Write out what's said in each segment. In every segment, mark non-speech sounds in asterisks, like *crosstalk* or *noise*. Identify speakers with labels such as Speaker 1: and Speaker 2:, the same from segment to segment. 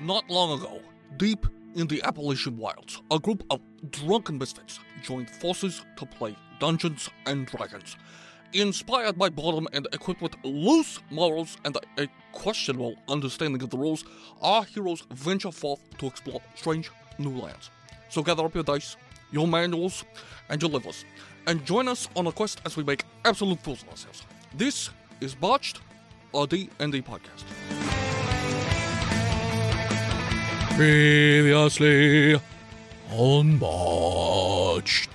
Speaker 1: Not long ago, deep in the Appalachian wilds, a group of drunken misfits joined forces to play Dungeons and Dragons. Inspired by boredom and equipped with loose morals and a questionable understanding of the rules, our heroes venture forth to explore strange new lands. So gather up your dice, your manuals, and your livers, and join us on a quest as we make absolute fools of ourselves. This is Botched, a D&D podcast. Previously on Botched.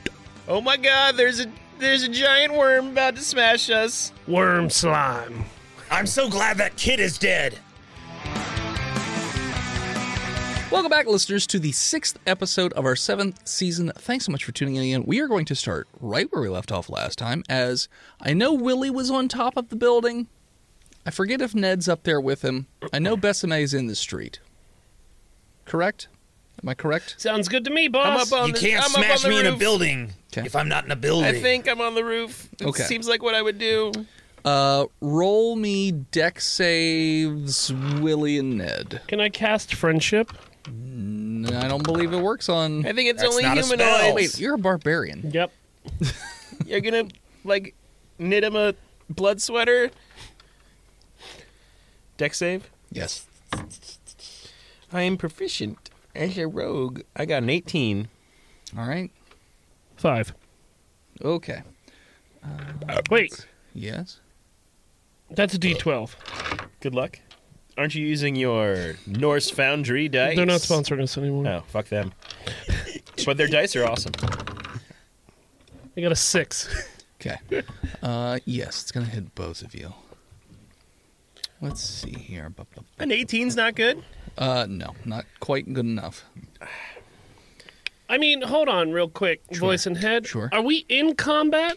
Speaker 2: Oh my god, there's a there's a giant worm about to smash us.
Speaker 3: Worm slime.
Speaker 4: I'm so glad that kid is dead.
Speaker 5: Welcome back, listeners, to the sixth episode of our seventh season. Thanks so much for tuning in. We are going to start right where we left off last time, as I know Willie was on top of the building. I forget if Ned's up there with him. I know Besseme's in the street. Correct? Am I correct?
Speaker 3: Sounds good to me, boss.
Speaker 2: I'm up on
Speaker 4: you
Speaker 2: the-
Speaker 4: can't
Speaker 2: I'm up on
Speaker 4: smash
Speaker 2: the
Speaker 4: me in a
Speaker 2: roof.
Speaker 4: building
Speaker 5: Okay.
Speaker 4: if I'm not in a building.
Speaker 2: I think I'm on the roof. It
Speaker 5: Okay.
Speaker 2: seems like what I would do.
Speaker 5: Uh, roll me deck saves, Willie and Ned.
Speaker 3: Can I cast friendship?
Speaker 5: No, I don't believe it works on.
Speaker 2: I think it's
Speaker 4: That's
Speaker 2: only
Speaker 4: not a spell.
Speaker 2: humanoids.
Speaker 5: Wait, you're a barbarian.
Speaker 3: Yep.
Speaker 2: You're gonna like knit him a blood sweater. Deck save.
Speaker 5: Yes.
Speaker 2: I am proficient as a rogue. I got an 18.
Speaker 5: All right.
Speaker 3: Five.
Speaker 5: Okay.
Speaker 3: Wait,
Speaker 5: Yes.
Speaker 3: that's a D12.
Speaker 2: Good luck. Aren't you using your Norse Foundry dice?
Speaker 3: They're not sponsoring us anymore.
Speaker 2: Oh, fuck them. but their dice are awesome.
Speaker 3: I got a six. *laughs*
Speaker 5: Okay. Uh, yes, it's gonna hit both of you. Let's see here. Bu- bu-
Speaker 2: An 18's not good.
Speaker 5: Uh, no, not quite good enough.
Speaker 3: I mean, hold on, real quick, voice and head.
Speaker 5: Sure.
Speaker 3: Are we in combat?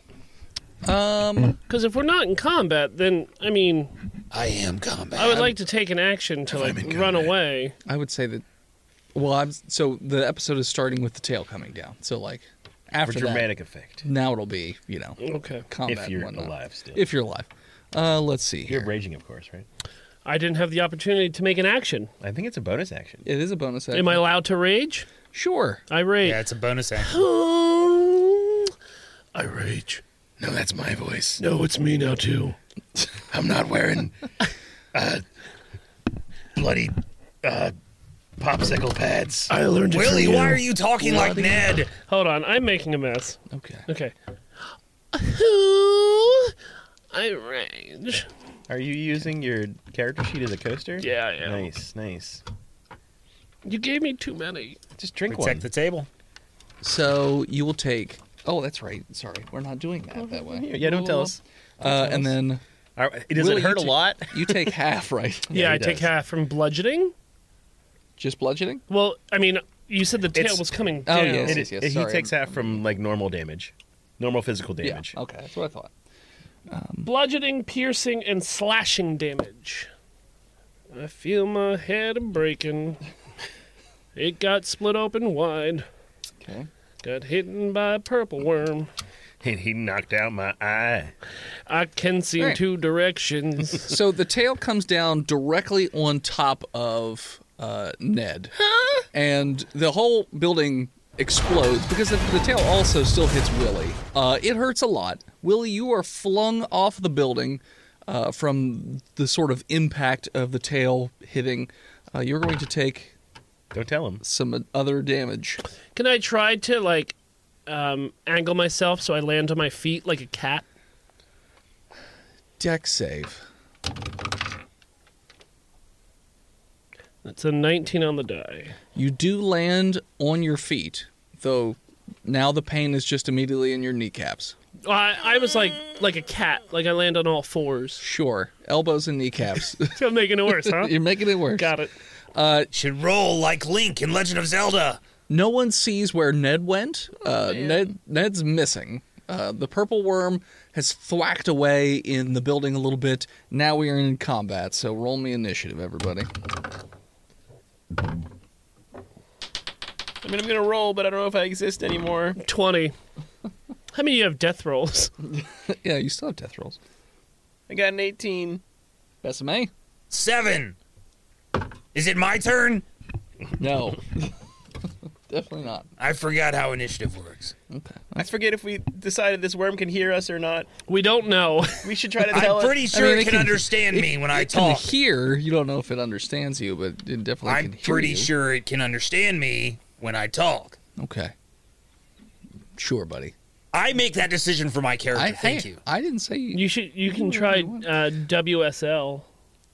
Speaker 5: Um,
Speaker 3: Because if we're not in combat, then I mean,
Speaker 4: I am combat.
Speaker 3: I would like to take an action to like run away.
Speaker 5: I would say that. Well, I'm so the episode is starting with the tail coming down. So like
Speaker 2: For
Speaker 5: after
Speaker 2: dramatic effect.
Speaker 5: that, now it'll be you know
Speaker 3: Okay.
Speaker 5: combat.
Speaker 2: if
Speaker 5: and
Speaker 2: you're
Speaker 5: whatnot.
Speaker 2: alive still.
Speaker 5: If you're alive. Uh, let's see
Speaker 2: You're
Speaker 5: here.
Speaker 2: raging, of course, right?
Speaker 3: I didn't have the opportunity to make an action.
Speaker 2: I think it's a bonus action.
Speaker 5: It is a bonus action.
Speaker 3: Am I allowed to rage?
Speaker 5: Sure.
Speaker 3: I rage.
Speaker 4: Yeah, it's a bonus action.
Speaker 3: I rage.
Speaker 6: No, that's my voice.
Speaker 3: No, it's me now too.
Speaker 6: I'm not wearing
Speaker 4: Bloody
Speaker 6: popsicle pads.
Speaker 3: I learned
Speaker 4: Willie, why are you talking like Ned?
Speaker 3: Hold on, I'm making a mess.
Speaker 5: Okay.
Speaker 3: Okay. Who? I range.
Speaker 2: Are you using your character sheet as a coaster?
Speaker 3: Yeah, I am.
Speaker 2: Nice, nice.
Speaker 3: You gave me too many.
Speaker 2: Just drink one.
Speaker 4: Protect the table.
Speaker 5: So you will take. Oh, that's right. Sorry, we're not doing that that way.
Speaker 2: yeah, don't tell us.
Speaker 5: Uh, and then
Speaker 2: All right, It does
Speaker 5: Willie,
Speaker 2: it hurt
Speaker 5: you
Speaker 2: a
Speaker 5: t-
Speaker 2: lot?
Speaker 5: *laughs*
Speaker 2: *laughs*
Speaker 5: you take half, right?
Speaker 3: Yeah,
Speaker 2: he
Speaker 3: I take
Speaker 2: does.
Speaker 3: half from bludgeoning.
Speaker 5: Just bludgeoning.
Speaker 3: Well, I mean, you said the tail
Speaker 2: It's-
Speaker 3: was coming
Speaker 5: Oh,
Speaker 3: down.
Speaker 5: yes.
Speaker 2: It is-
Speaker 5: yes,
Speaker 2: he
Speaker 5: sorry.
Speaker 2: takes half from like normal damage, normal physical damage.
Speaker 5: Yeah. Okay, that's what I thought.
Speaker 3: Bludgeoning, piercing, and slashing damage. I feel my head breaking. It got split open wide.
Speaker 5: Okay.
Speaker 3: Got hit by a purple worm.
Speaker 2: And he knocked out my eye.
Speaker 3: I can see in
Speaker 5: Right.
Speaker 3: two
Speaker 5: *laughs*
Speaker 3: directions.
Speaker 5: So the tail comes down directly on top of uh, Ned, and the whole building explodes because the, the tail also still hits Willie. Uh, it hurts a lot. Willie, you are flung off the building uh, from the sort of impact of the tail hitting. Uh, you're going to take
Speaker 2: Don't tell him.
Speaker 5: some other damage.
Speaker 3: Can I try to like um, angle myself so I land on my feet like a cat?
Speaker 5: Deck save.
Speaker 3: That's a 19 on the die.
Speaker 5: You do land on your feet, though now the pain is just immediately in your kneecaps.
Speaker 3: I, I was like like a cat, like I land on all fours. *laughs*
Speaker 5: Sure, elbows and kneecaps.
Speaker 3: Still making it worse,
Speaker 5: *laughs*
Speaker 3: huh?
Speaker 5: You're making it worse.
Speaker 3: Got it.
Speaker 4: Should roll like Link in Legend of Zelda.
Speaker 5: No one sees where Ned went.
Speaker 3: Oh,
Speaker 5: Uh, Ned Ned's missing. Uh, the purple worm has thwacked away in the building a little bit. Now we are in combat, so roll me initiative, everybody. *laughs*
Speaker 2: I mean, I'm gonna roll, but I don't know if I exist anymore.
Speaker 3: 20. How many of you have death rolls?
Speaker 5: yeah, you still have death rolls.
Speaker 2: I got an 18.
Speaker 5: Besame?
Speaker 4: Seven. Is it my turn?
Speaker 3: *laughs*
Speaker 5: No. *laughs* Definitely not.
Speaker 4: I forgot how initiative works.
Speaker 7: I forget if we decided this worm can hear us or not.
Speaker 3: We don't know.
Speaker 7: We
Speaker 5: *laughs*
Speaker 7: should try to tell
Speaker 4: I'm
Speaker 7: it.
Speaker 4: pretty sure
Speaker 5: mean, it
Speaker 4: it can,
Speaker 5: can-
Speaker 4: understand me when I
Speaker 5: It can
Speaker 4: talk.
Speaker 5: hear. You don't know if it understands you, but it definitely
Speaker 4: I'm
Speaker 5: can hear
Speaker 4: pretty
Speaker 5: you.
Speaker 4: sure it can understand me when I talk.
Speaker 5: Okay. Sure, buddy.
Speaker 4: I make that decision for my character.
Speaker 5: I,
Speaker 4: Thank
Speaker 5: hey,
Speaker 4: you.
Speaker 5: I didn't say
Speaker 3: You should. You can try uh, WSL.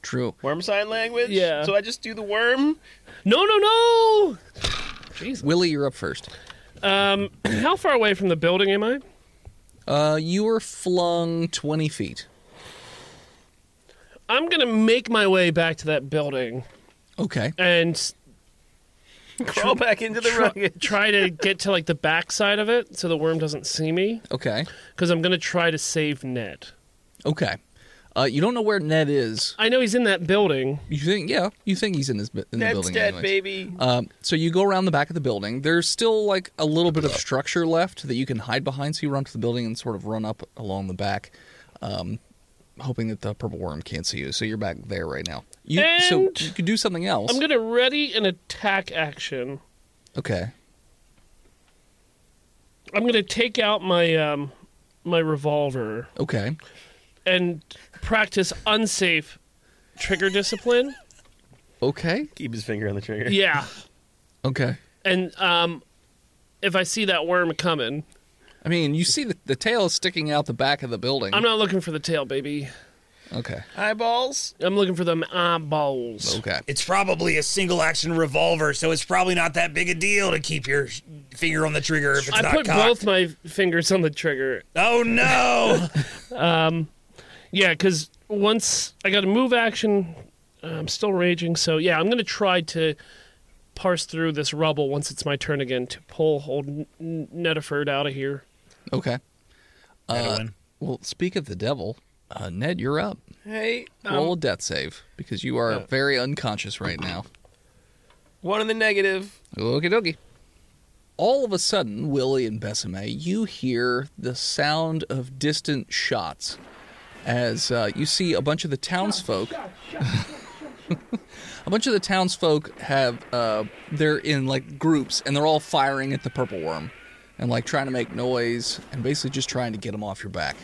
Speaker 5: true.
Speaker 7: worm sign language.
Speaker 3: Yeah.
Speaker 7: So I just do the worm.
Speaker 3: No, no, no. Jesus.
Speaker 5: Willie, you're up first.
Speaker 3: *clears throat* Um, *clears throat* how far away from the building am I?
Speaker 5: Uh, you were flung 20 feet.
Speaker 3: I'm gonna make my way back to that building
Speaker 5: Okay.
Speaker 3: and s-
Speaker 7: Crawl back into the
Speaker 3: try,
Speaker 7: rugged.
Speaker 3: try to get to like the backside of it so the worm doesn't see me.
Speaker 5: Okay.
Speaker 3: Because I'm gonna try to save Ned.
Speaker 5: Okay. Uh, you don't know where Ned is.
Speaker 3: I know he's in that building.
Speaker 5: You think? Yeah. You think he's in his bu- in the
Speaker 7: Ned's
Speaker 5: building?
Speaker 7: dead,
Speaker 5: anyways.
Speaker 7: baby.
Speaker 5: Um, so you go around the back of the building. There's still like a little bit of structure left that you can hide behind. So you run to the building and sort of run up along the back, um, hoping that the purple worm can't see you. So you're back there right now. You, so
Speaker 3: And-
Speaker 5: you could do something else.
Speaker 3: I'm gonna ready an attack action.
Speaker 5: okay.
Speaker 3: I'm gonna take out my um, my revolver
Speaker 5: Okay.
Speaker 3: and practice unsafe trigger discipline.
Speaker 5: Okay.
Speaker 7: Keep his finger on the trigger.
Speaker 3: Yeah,
Speaker 5: Okay.
Speaker 3: and um, if I see that worm coming,
Speaker 5: I mean, you see the, the tail is sticking out the back of the building.
Speaker 3: I'm not looking for the tail, baby.
Speaker 5: okay.
Speaker 7: Eyeballs.
Speaker 3: I'm looking for them eyeballs.
Speaker 5: Okay.
Speaker 4: It's probably a single action revolver, so it's probably not that big a deal to keep your sh- finger on the trigger if it's
Speaker 3: I
Speaker 4: not
Speaker 3: put
Speaker 4: cocked.
Speaker 3: both my fingers on the trigger.
Speaker 4: oh no! *laughs*
Speaker 3: Yeah, because once I got a move action, I'm still raging. So yeah, I'm going to try to parse through this rubble once it's my turn again to pull old N- N- Nettiford out of here.
Speaker 5: Okay.
Speaker 4: Edwin.
Speaker 5: Well, speak of the devil, uh, Ned, you're up.
Speaker 7: Hey,
Speaker 5: Roll
Speaker 7: um,
Speaker 5: a death save because you are very unconscious right now.
Speaker 7: one in the negative.
Speaker 5: Okie dokie. All of a sudden, Willie and Besame, you hear the sound of distant shots as uh, you see a bunch of the townsfolk. *laughs* a bunch of the townsfolk have uh, they're in like groups and they're all firing at the purple worm and like trying to make noise and basically just trying to get them off your back.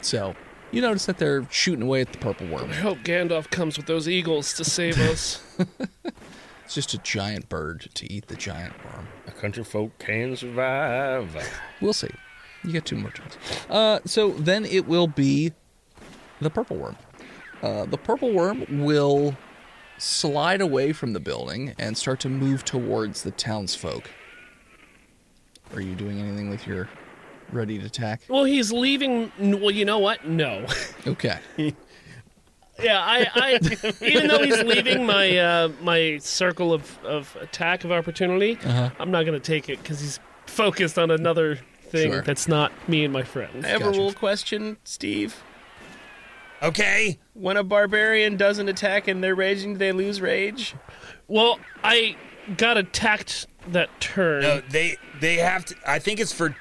Speaker 5: So you notice that they're shooting away at the purple worm.
Speaker 3: I hope Gandalf comes with those eagles to save us.
Speaker 4: *laughs*
Speaker 5: It's just a giant bird to eat the giant worm.
Speaker 2: A country folk can survive.
Speaker 5: We'll see. You get two more turns. Uh, so then it will be the purple worm. Uh, the purple worm will slide away from the building and start to move towards the townsfolk. Are you doing anything with your ready to attack?
Speaker 3: well, he's leaving. n- Well, you know what? No. *laughs*
Speaker 5: Okay.
Speaker 3: yeah, I, I even though he's leaving my uh, my circle of, of attack of opportunity,
Speaker 5: Uh-huh.
Speaker 3: I'm not going to take it because he's focused on another thing
Speaker 5: Sure.
Speaker 3: that's not me and my friends.
Speaker 7: I have a rule question, Steve.
Speaker 4: Okay,
Speaker 7: When a barbarian doesn't attack and they're raging, do they lose rage?
Speaker 3: Well, I got attacked that turn.
Speaker 4: no, they they have to. I think it's for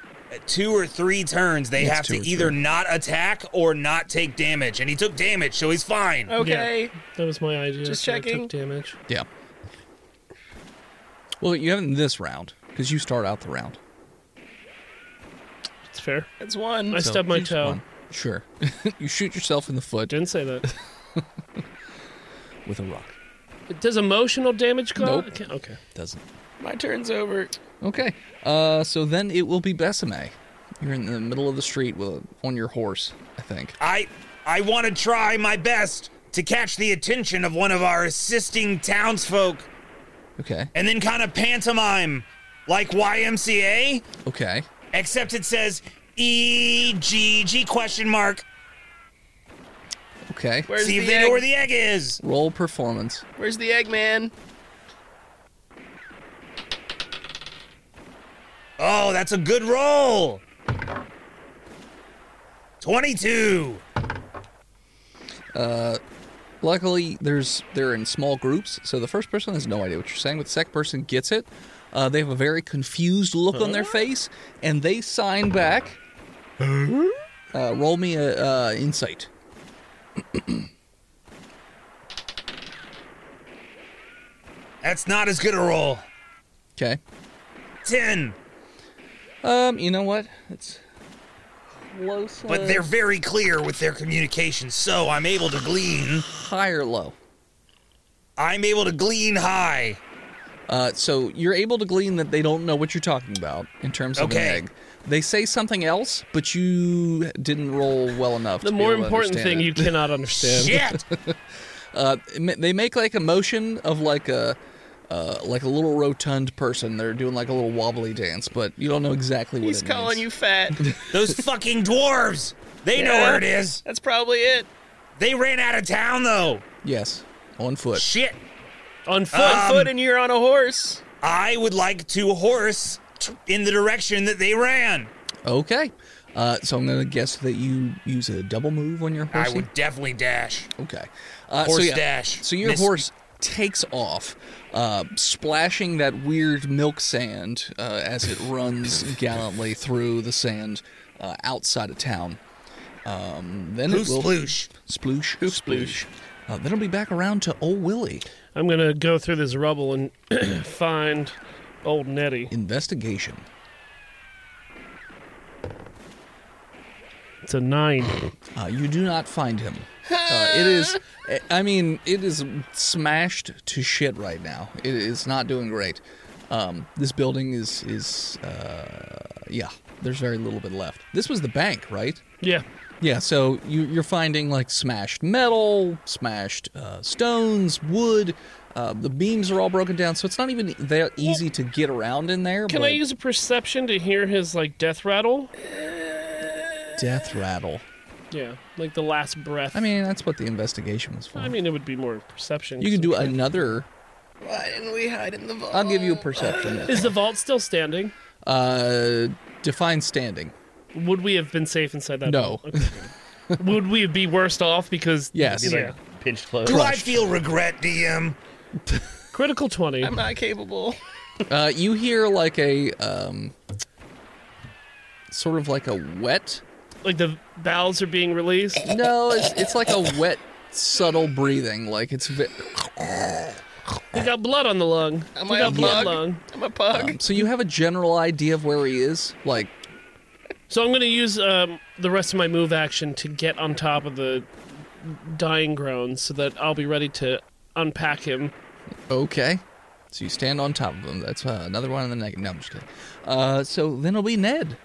Speaker 4: two or three turns. They have to
Speaker 5: two or
Speaker 4: either not attack or not take damage, and he took damage, so he's fine.
Speaker 3: Oh.
Speaker 7: Okay.
Speaker 3: That was my idea.
Speaker 7: Just
Speaker 3: so I
Speaker 7: checking.
Speaker 3: took damage.
Speaker 5: Yeah. Well, you haven't this round because you start out the round.
Speaker 3: It's fair.
Speaker 7: That's one.
Speaker 3: I stubbed my
Speaker 5: You just
Speaker 3: toe.
Speaker 5: won. Sure. *laughs* you shoot yourself in the foot
Speaker 3: Didn't say that.
Speaker 5: with a rock.
Speaker 3: Does emotional damage count?
Speaker 5: Nope.
Speaker 3: Okay. okay.
Speaker 5: Doesn't.
Speaker 7: My turn's over.
Speaker 5: Okay. Uh, so then it will be Besame. You're in the middle of the street with on your horse, I think.
Speaker 4: I I want to try my best to catch the attention of one of our assisting townsfolk,
Speaker 5: Okay.
Speaker 4: and then kind of pantomime like YMCA,
Speaker 5: Okay.
Speaker 4: except it says E G G question mark.
Speaker 5: Okay.
Speaker 7: Where's
Speaker 4: See
Speaker 7: the
Speaker 4: if they
Speaker 7: egg?
Speaker 4: know where the egg is.
Speaker 5: Roll performance.
Speaker 7: Where's the egg man?
Speaker 4: Oh, that's a good roll. 22.
Speaker 5: Luckily, there's they're in small groups, so the first person has no idea what you're saying, but the second person gets it. Uh, they have a very confused look on their face, and they sign back. Uh, roll me a uh, insight.
Speaker 4: That's not as good a roll.
Speaker 5: Okay.
Speaker 4: Ten.
Speaker 5: Um, you know what? It's close.
Speaker 4: But they're very clear with their communication, so I'm able to glean.
Speaker 5: high or low.
Speaker 4: I'm able to glean high.
Speaker 5: Uh, so you're able to glean that they don't know what you're talking about in terms of an
Speaker 4: Okay.
Speaker 5: egg. They say something else, but you didn't roll well enough.
Speaker 3: The
Speaker 5: to be
Speaker 3: more
Speaker 5: able to
Speaker 3: important
Speaker 5: understand
Speaker 3: thing
Speaker 5: it.
Speaker 3: you cannot
Speaker 4: *laughs*
Speaker 3: understand.
Speaker 7: *laughs*
Speaker 4: Shit.
Speaker 5: Uh, it ma- they make like a motion of like a uh, like a little rotund person. They're doing like a little wobbly dance, but you don't know exactly what
Speaker 7: He's
Speaker 5: it
Speaker 7: calling you
Speaker 5: means.
Speaker 7: fat.
Speaker 4: Those fucking dwarves. They know
Speaker 7: Yeah.
Speaker 4: where it is.
Speaker 7: That's probably it.
Speaker 4: They ran out of town though.
Speaker 5: Yes, on foot.
Speaker 4: Shit. Um,
Speaker 3: On foot.
Speaker 7: One foot and you're on a horse.
Speaker 4: I would like to horse t- in the direction that they ran.
Speaker 5: Okay. Uh, so I'm gonna guess that you use a double move on your
Speaker 4: I
Speaker 5: horsey.
Speaker 4: would definitely dash.
Speaker 5: Okay. Uh,
Speaker 4: Horse
Speaker 5: so, yeah.
Speaker 4: dash.
Speaker 5: So your
Speaker 4: Miss-
Speaker 5: horse takes off, uh, splashing that weird milk sand uh, as it
Speaker 4: *laughs*
Speaker 5: runs gallantly through the sand uh, outside of town. Um, then
Speaker 4: Loose
Speaker 5: it will
Speaker 4: sploosh.
Speaker 5: sploosh, sploosh. Uh, then it'll be back around to old Willie.
Speaker 3: I'm gonna go through this rubble and *clears throat* find old Nettie.
Speaker 5: Investigation.
Speaker 3: It's a nine.
Speaker 5: Uh, you do not
Speaker 3: *sighs*
Speaker 5: find him. Uh, it is, I mean, it is smashed to shit right now. It is not doing great. Um, this building is is uh, yeah. There's very little bit left. This was the bank, right?
Speaker 3: Yeah.
Speaker 5: Yeah. So you, you're finding like smashed metal, smashed uh, stones, wood. Uh, the beams are all broken down, so it's not even that easy to get around in there.
Speaker 3: Can
Speaker 5: but
Speaker 3: I use a perception to hear his like death rattle?
Speaker 5: death rattle?
Speaker 3: Yeah, like the last breath.
Speaker 5: I mean, that's what the investigation was for.
Speaker 3: I mean, it would be more perception.
Speaker 5: you can do another.
Speaker 7: Why didn't we hide in the vault?
Speaker 5: I'll give you a perception.
Speaker 7: *laughs*
Speaker 3: Is the vault still standing?
Speaker 5: Uh, define standing.
Speaker 3: Would we have been safe inside that?
Speaker 5: No.
Speaker 3: vault? *laughs* Okay. would we be worse off because?
Speaker 5: *laughs* Yes.
Speaker 3: Yeah.
Speaker 2: Pinch close.
Speaker 4: Do I feel regret, DM?
Speaker 3: Critical twenty.
Speaker 7: I'm not capable.
Speaker 5: Uh, you hear like a um, sort of like a wet.
Speaker 3: Like the valves are being released.
Speaker 5: No, it's it's like a wet, subtle breathing. Like it's. ve-
Speaker 3: We got blood on the lung.
Speaker 7: Am
Speaker 3: we
Speaker 7: I
Speaker 3: got
Speaker 7: a
Speaker 3: blood
Speaker 7: pug?
Speaker 3: lung.
Speaker 7: I'm a pug.
Speaker 5: So you have a general idea of where he is. Like
Speaker 3: So I'm going to use um, the rest of my move action to get on top of the dying groan, so that I'll be ready to unpack him.
Speaker 5: okay. So you stand on top of him. That's uh, another one in the negative. No, I'm just kidding. Uh, so then it'll be Ned.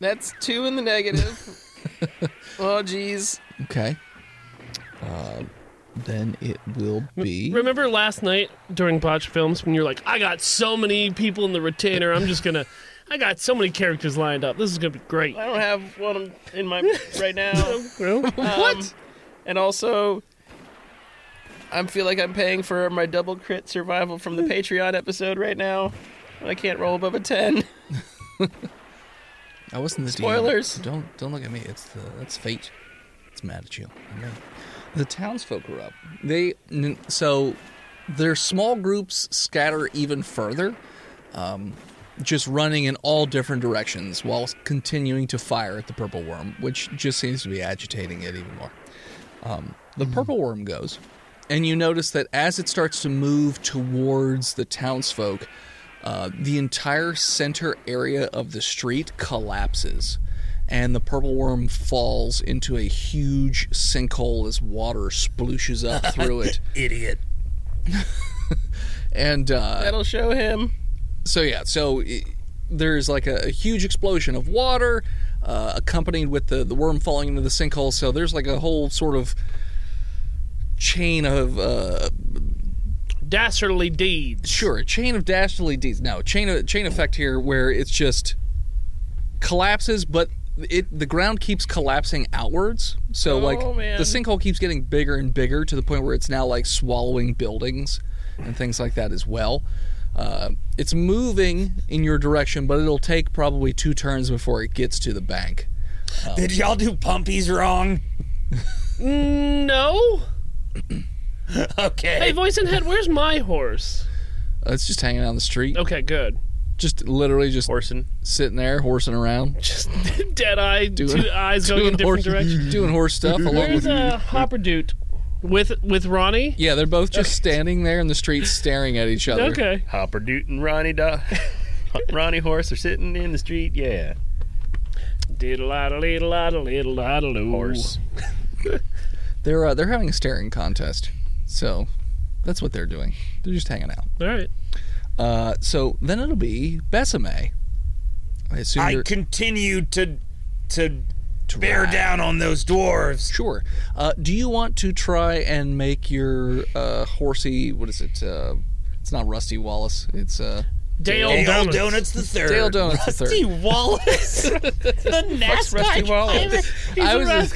Speaker 7: That's two in the negative. oh, geez.
Speaker 5: Okay. Uh, then it will be.
Speaker 3: Remember last night during Botch Films when you're like, I got so many people in the retainer, I'm just going to, I got so many characters lined up. This is going to be
Speaker 5: *laughs*
Speaker 3: great.
Speaker 7: I don't have one in my right now. Um,
Speaker 5: what?
Speaker 7: And also, I feel like I'm paying for my double crit survival from the Patreon episode right now. And I can't roll above a 10.
Speaker 5: I wasn't the DM.
Speaker 7: Spoilers.
Speaker 5: Don't don't look at me. It's the that's fate. It's mad at you. I know. The townsfolk are up. They n- so their small groups scatter even further, um, just running in all different directions while continuing to fire at the purple worm, which just seems to be agitating it even more. Um, the purple worm goes, and you notice that as it starts to move towards the townsfolk, uh, the entire center area of the street collapses, and the purple worm falls into a huge sinkhole as water splooshes up through it.
Speaker 4: Idiot.
Speaker 5: And uh,
Speaker 7: That'll show him.
Speaker 5: so, yeah, so i there's like a, a huge explosion of water uh, accompanied with the, the worm falling into the sinkhole. So, there's like a whole sort of chain of uh,
Speaker 3: Dastardly deeds.
Speaker 5: Sure, a chain of dastardly deeds. No, chain of, chain effect here where it's just collapses, but it the ground keeps collapsing outwards.
Speaker 3: Oh,
Speaker 5: So like
Speaker 7: man.
Speaker 5: the sinkhole keeps getting bigger and bigger to the point where it's now like swallowing buildings and things like that as well. Uh, it's moving in your direction, but it'll take probably two turns before it gets to the bank.
Speaker 4: Did y'all do pumpies wrong? *laughs*
Speaker 3: No?
Speaker 4: Okay.
Speaker 3: Hey, voice and head, where's my horse?
Speaker 5: Uh, it's just hanging out on the street,
Speaker 3: Okay, good.
Speaker 5: just literally just
Speaker 2: Horson.
Speaker 5: sitting there, horsing around,
Speaker 3: Just *laughs* dead eye,
Speaker 5: Doing-
Speaker 3: two eyes going in different
Speaker 5: horse,
Speaker 3: directions. *laughs*
Speaker 5: doing horse stuff along
Speaker 3: Where's
Speaker 5: with
Speaker 3: uh, Hopper Dude? with with Ronnie.
Speaker 5: Yeah, they're both just standing there in the street staring at each other.
Speaker 3: Okay.
Speaker 2: Hopper Doot and Ronnie
Speaker 7: *laughs*
Speaker 2: Dog. Ronnie Horse are sitting in the street. Yeah.
Speaker 3: Diddle diddle diddle diddle diddle.
Speaker 2: Horse.
Speaker 5: They're uh, they're having a staring contest. So that's what they're doing. They're just hanging out.
Speaker 3: All right.
Speaker 5: Uh, so then it'll be Besame. I assume
Speaker 4: I
Speaker 5: you're-
Speaker 4: continue to to bear down on those dwarves.
Speaker 5: Sure. Uh, do you want to try and make your uh, horsey? What is it? Uh, it's not Rusty Wallace. It's uh,
Speaker 3: Dale,
Speaker 4: Hey, old
Speaker 3: Donuts.
Speaker 5: *laughs*
Speaker 4: donuts the third.
Speaker 5: Dale Donuts the *laughs* third.
Speaker 7: Wallace, the NASCAR driver.
Speaker 5: I was, I was,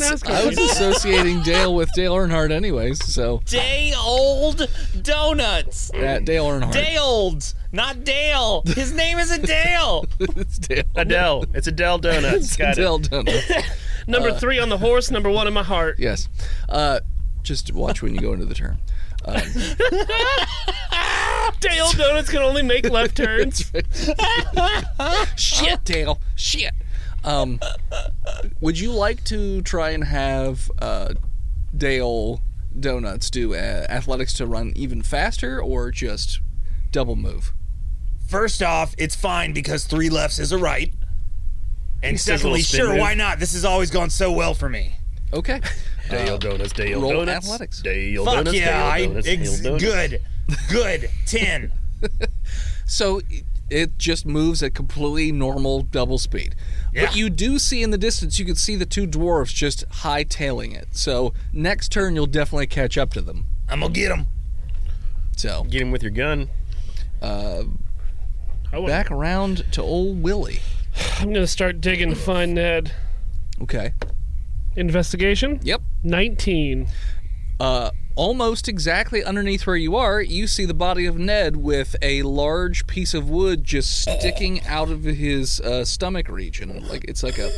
Speaker 3: NASCAR
Speaker 5: I was
Speaker 3: driver.
Speaker 5: associating Dale with Dale Earnhardt, anyways. So
Speaker 7: Day old donuts.
Speaker 5: uh, Dale Earnhardt.
Speaker 7: Day old, not Dale. His name
Speaker 4: *laughs*
Speaker 7: isn't Dale.
Speaker 5: *laughs* it's Dale.
Speaker 2: Adele. It's Adele Donuts. Got it.
Speaker 5: Dale Donuts.
Speaker 3: *laughs* Number three on the horse. Number one in my heart.
Speaker 5: Yes. Uh, just watch when you go into the turn.
Speaker 3: Dale Donuts can only make
Speaker 4: *laughs*
Speaker 3: left turns.
Speaker 5: *laughs* Shit, Dale. Shit. Um, would you like to try and have uh, Dale Donuts do uh, athletics to run even faster, or just double move?
Speaker 4: First off, it's fine because three lefts is a right. And
Speaker 2: does a little
Speaker 4: secondly,
Speaker 2: spin
Speaker 4: sure,
Speaker 2: move.
Speaker 4: why not? This has always gone so well for me.
Speaker 5: Okay. *laughs*
Speaker 2: Dale Donuts. Dale
Speaker 5: roll
Speaker 2: Donuts.
Speaker 5: athletics.
Speaker 2: Dale
Speaker 4: Fuck
Speaker 2: Donuts.
Speaker 4: yeah,
Speaker 2: Dale
Speaker 4: I
Speaker 2: Donuts.
Speaker 4: ex-
Speaker 2: Dale Donuts.
Speaker 4: good, good ten.
Speaker 5: So it- it just moves at completely normal double speed.
Speaker 4: Yeah.
Speaker 5: But you do see in the distance, you can see the two dwarves just hightailing it. So next turn, you'll definitely catch up to them.
Speaker 4: I'm gonna get him.
Speaker 5: So
Speaker 2: Get him with your gun.
Speaker 3: I want,
Speaker 5: back around to old Willie.
Speaker 3: I'm gonna start digging to find Ned.
Speaker 5: Okay.
Speaker 3: Investigation.
Speaker 5: Yep.
Speaker 3: Nineteen.
Speaker 5: Uh, almost exactly underneath where you are, you see the body of Ned with a large piece of wood just sticking out of his uh, stomach region. Like it's like a,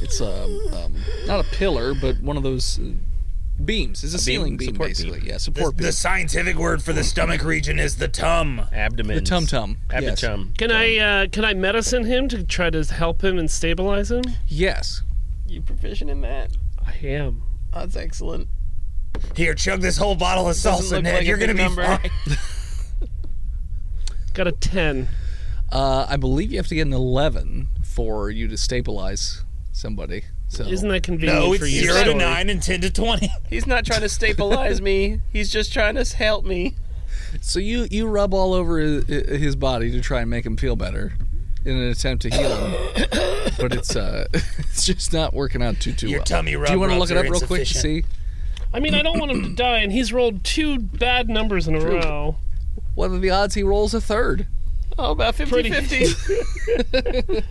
Speaker 5: it's a, um, not a pillar, but one of those uh, beams. It's a, ceiling beam,
Speaker 2: support
Speaker 5: basically.
Speaker 2: beam.
Speaker 5: Yeah, support beam.
Speaker 4: The scientific word for the stomach region is the tum.
Speaker 2: Abdomen.
Speaker 5: The tum tum. Yes.
Speaker 2: Abdomen.
Speaker 3: Can I uh, can I medicine him to try to help him and stabilize him?
Speaker 5: Yes.
Speaker 7: You proficient in that?
Speaker 3: I am.
Speaker 7: Oh, that's excellent.
Speaker 4: Here, chug this whole bottle of
Speaker 7: Doesn't
Speaker 4: salsa,
Speaker 7: look
Speaker 4: Ned.
Speaker 7: like a
Speaker 4: You're gonna
Speaker 7: big
Speaker 4: be
Speaker 7: number.
Speaker 5: *laughs*
Speaker 4: fine.
Speaker 3: Got a ten.
Speaker 5: Uh, I believe you have to get an eleven for you to stabilize somebody. So
Speaker 3: Isn't that convenient
Speaker 4: No,
Speaker 3: for
Speaker 4: it's
Speaker 3: you?
Speaker 4: zero to nine and ten to twenty.
Speaker 7: *laughs* He's not trying to stabilize me. He's just trying to help me.
Speaker 5: So you you rub all over his, his body to try and make him feel better in an attempt to heal
Speaker 4: *coughs*
Speaker 5: him, but it's uh *laughs* it's just not working out too too
Speaker 4: Your
Speaker 5: well.
Speaker 4: tummy
Speaker 5: Do you
Speaker 4: rub
Speaker 5: wanna
Speaker 4: rubs
Speaker 5: look it
Speaker 4: are
Speaker 5: up real quick to see
Speaker 4: insufficient.
Speaker 3: I mean, I don't want him to die, and he's rolled two bad numbers in a row.
Speaker 5: what are the odds he rolls a third?
Speaker 7: Oh, about 50
Speaker 3: Pretty-
Speaker 7: 50.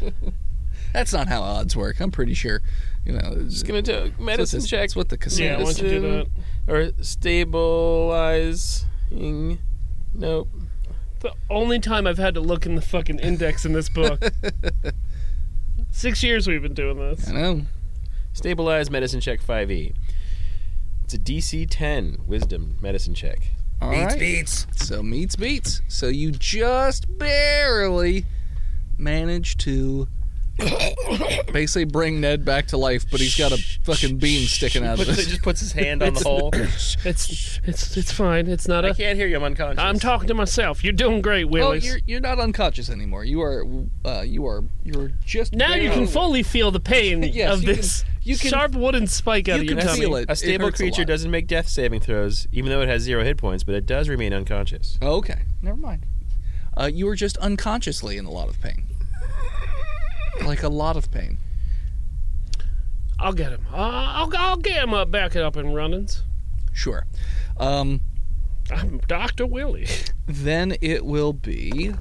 Speaker 5: That's not how odds work. I'm pretty sure. You know, it's
Speaker 7: Gonna do a
Speaker 5: that's
Speaker 7: medicine
Speaker 5: what the,
Speaker 7: check.
Speaker 5: that's what the
Speaker 3: Yeah,
Speaker 5: casino.
Speaker 3: why don't you do that?
Speaker 7: Or stabilizing. Nope.
Speaker 3: The only time I've had to look in the fucking index in this
Speaker 5: *laughs*
Speaker 3: book. Six years we've been doing
Speaker 5: *laughs*
Speaker 3: this.
Speaker 5: I know.
Speaker 7: Stabilize medicine check E. 5e.
Speaker 8: It's a DC 10 wisdom medicine
Speaker 2: *laughs*
Speaker 8: check.
Speaker 5: All
Speaker 4: Beats,
Speaker 5: right.
Speaker 4: beats.
Speaker 5: So meets beats. So you just barely manage
Speaker 4: *coughs*
Speaker 5: to basically bring Ned back to life, but he's got a fucking beam sticking out of
Speaker 8: Puts,
Speaker 5: his.
Speaker 8: he just puts his hand on the hole.
Speaker 3: It's it's it's fine. It's not
Speaker 8: I
Speaker 3: a.
Speaker 8: can't hear you. I'm unconscious.
Speaker 3: I'm talking to myself. You're doing great,
Speaker 5: Oh,
Speaker 3: Willie.
Speaker 5: you're you're not unconscious anymore. You are uh, you are you're just
Speaker 3: now you
Speaker 5: barely-
Speaker 3: can fully feel the pain
Speaker 5: *laughs* Yes,
Speaker 3: of
Speaker 5: you
Speaker 3: this
Speaker 5: can- you can-
Speaker 3: sharp wooden spike out
Speaker 5: you
Speaker 3: of your
Speaker 5: can
Speaker 3: tummy.
Speaker 5: feel it.
Speaker 8: A stable
Speaker 5: hurts a
Speaker 8: creature
Speaker 5: lot.
Speaker 8: doesn't make death saving throws, even though it has zero hit points, but it does remain unconscious.
Speaker 5: Oh, okay, never mind. Uh, you were just unconsciously in a lot of pain, like a lot of pain.
Speaker 3: I'll get him. Uh, I'll I'll get him up, back it up and runnings.
Speaker 5: Sure. Um,
Speaker 3: I'm Doctor Willie. *laughs*
Speaker 5: then it will be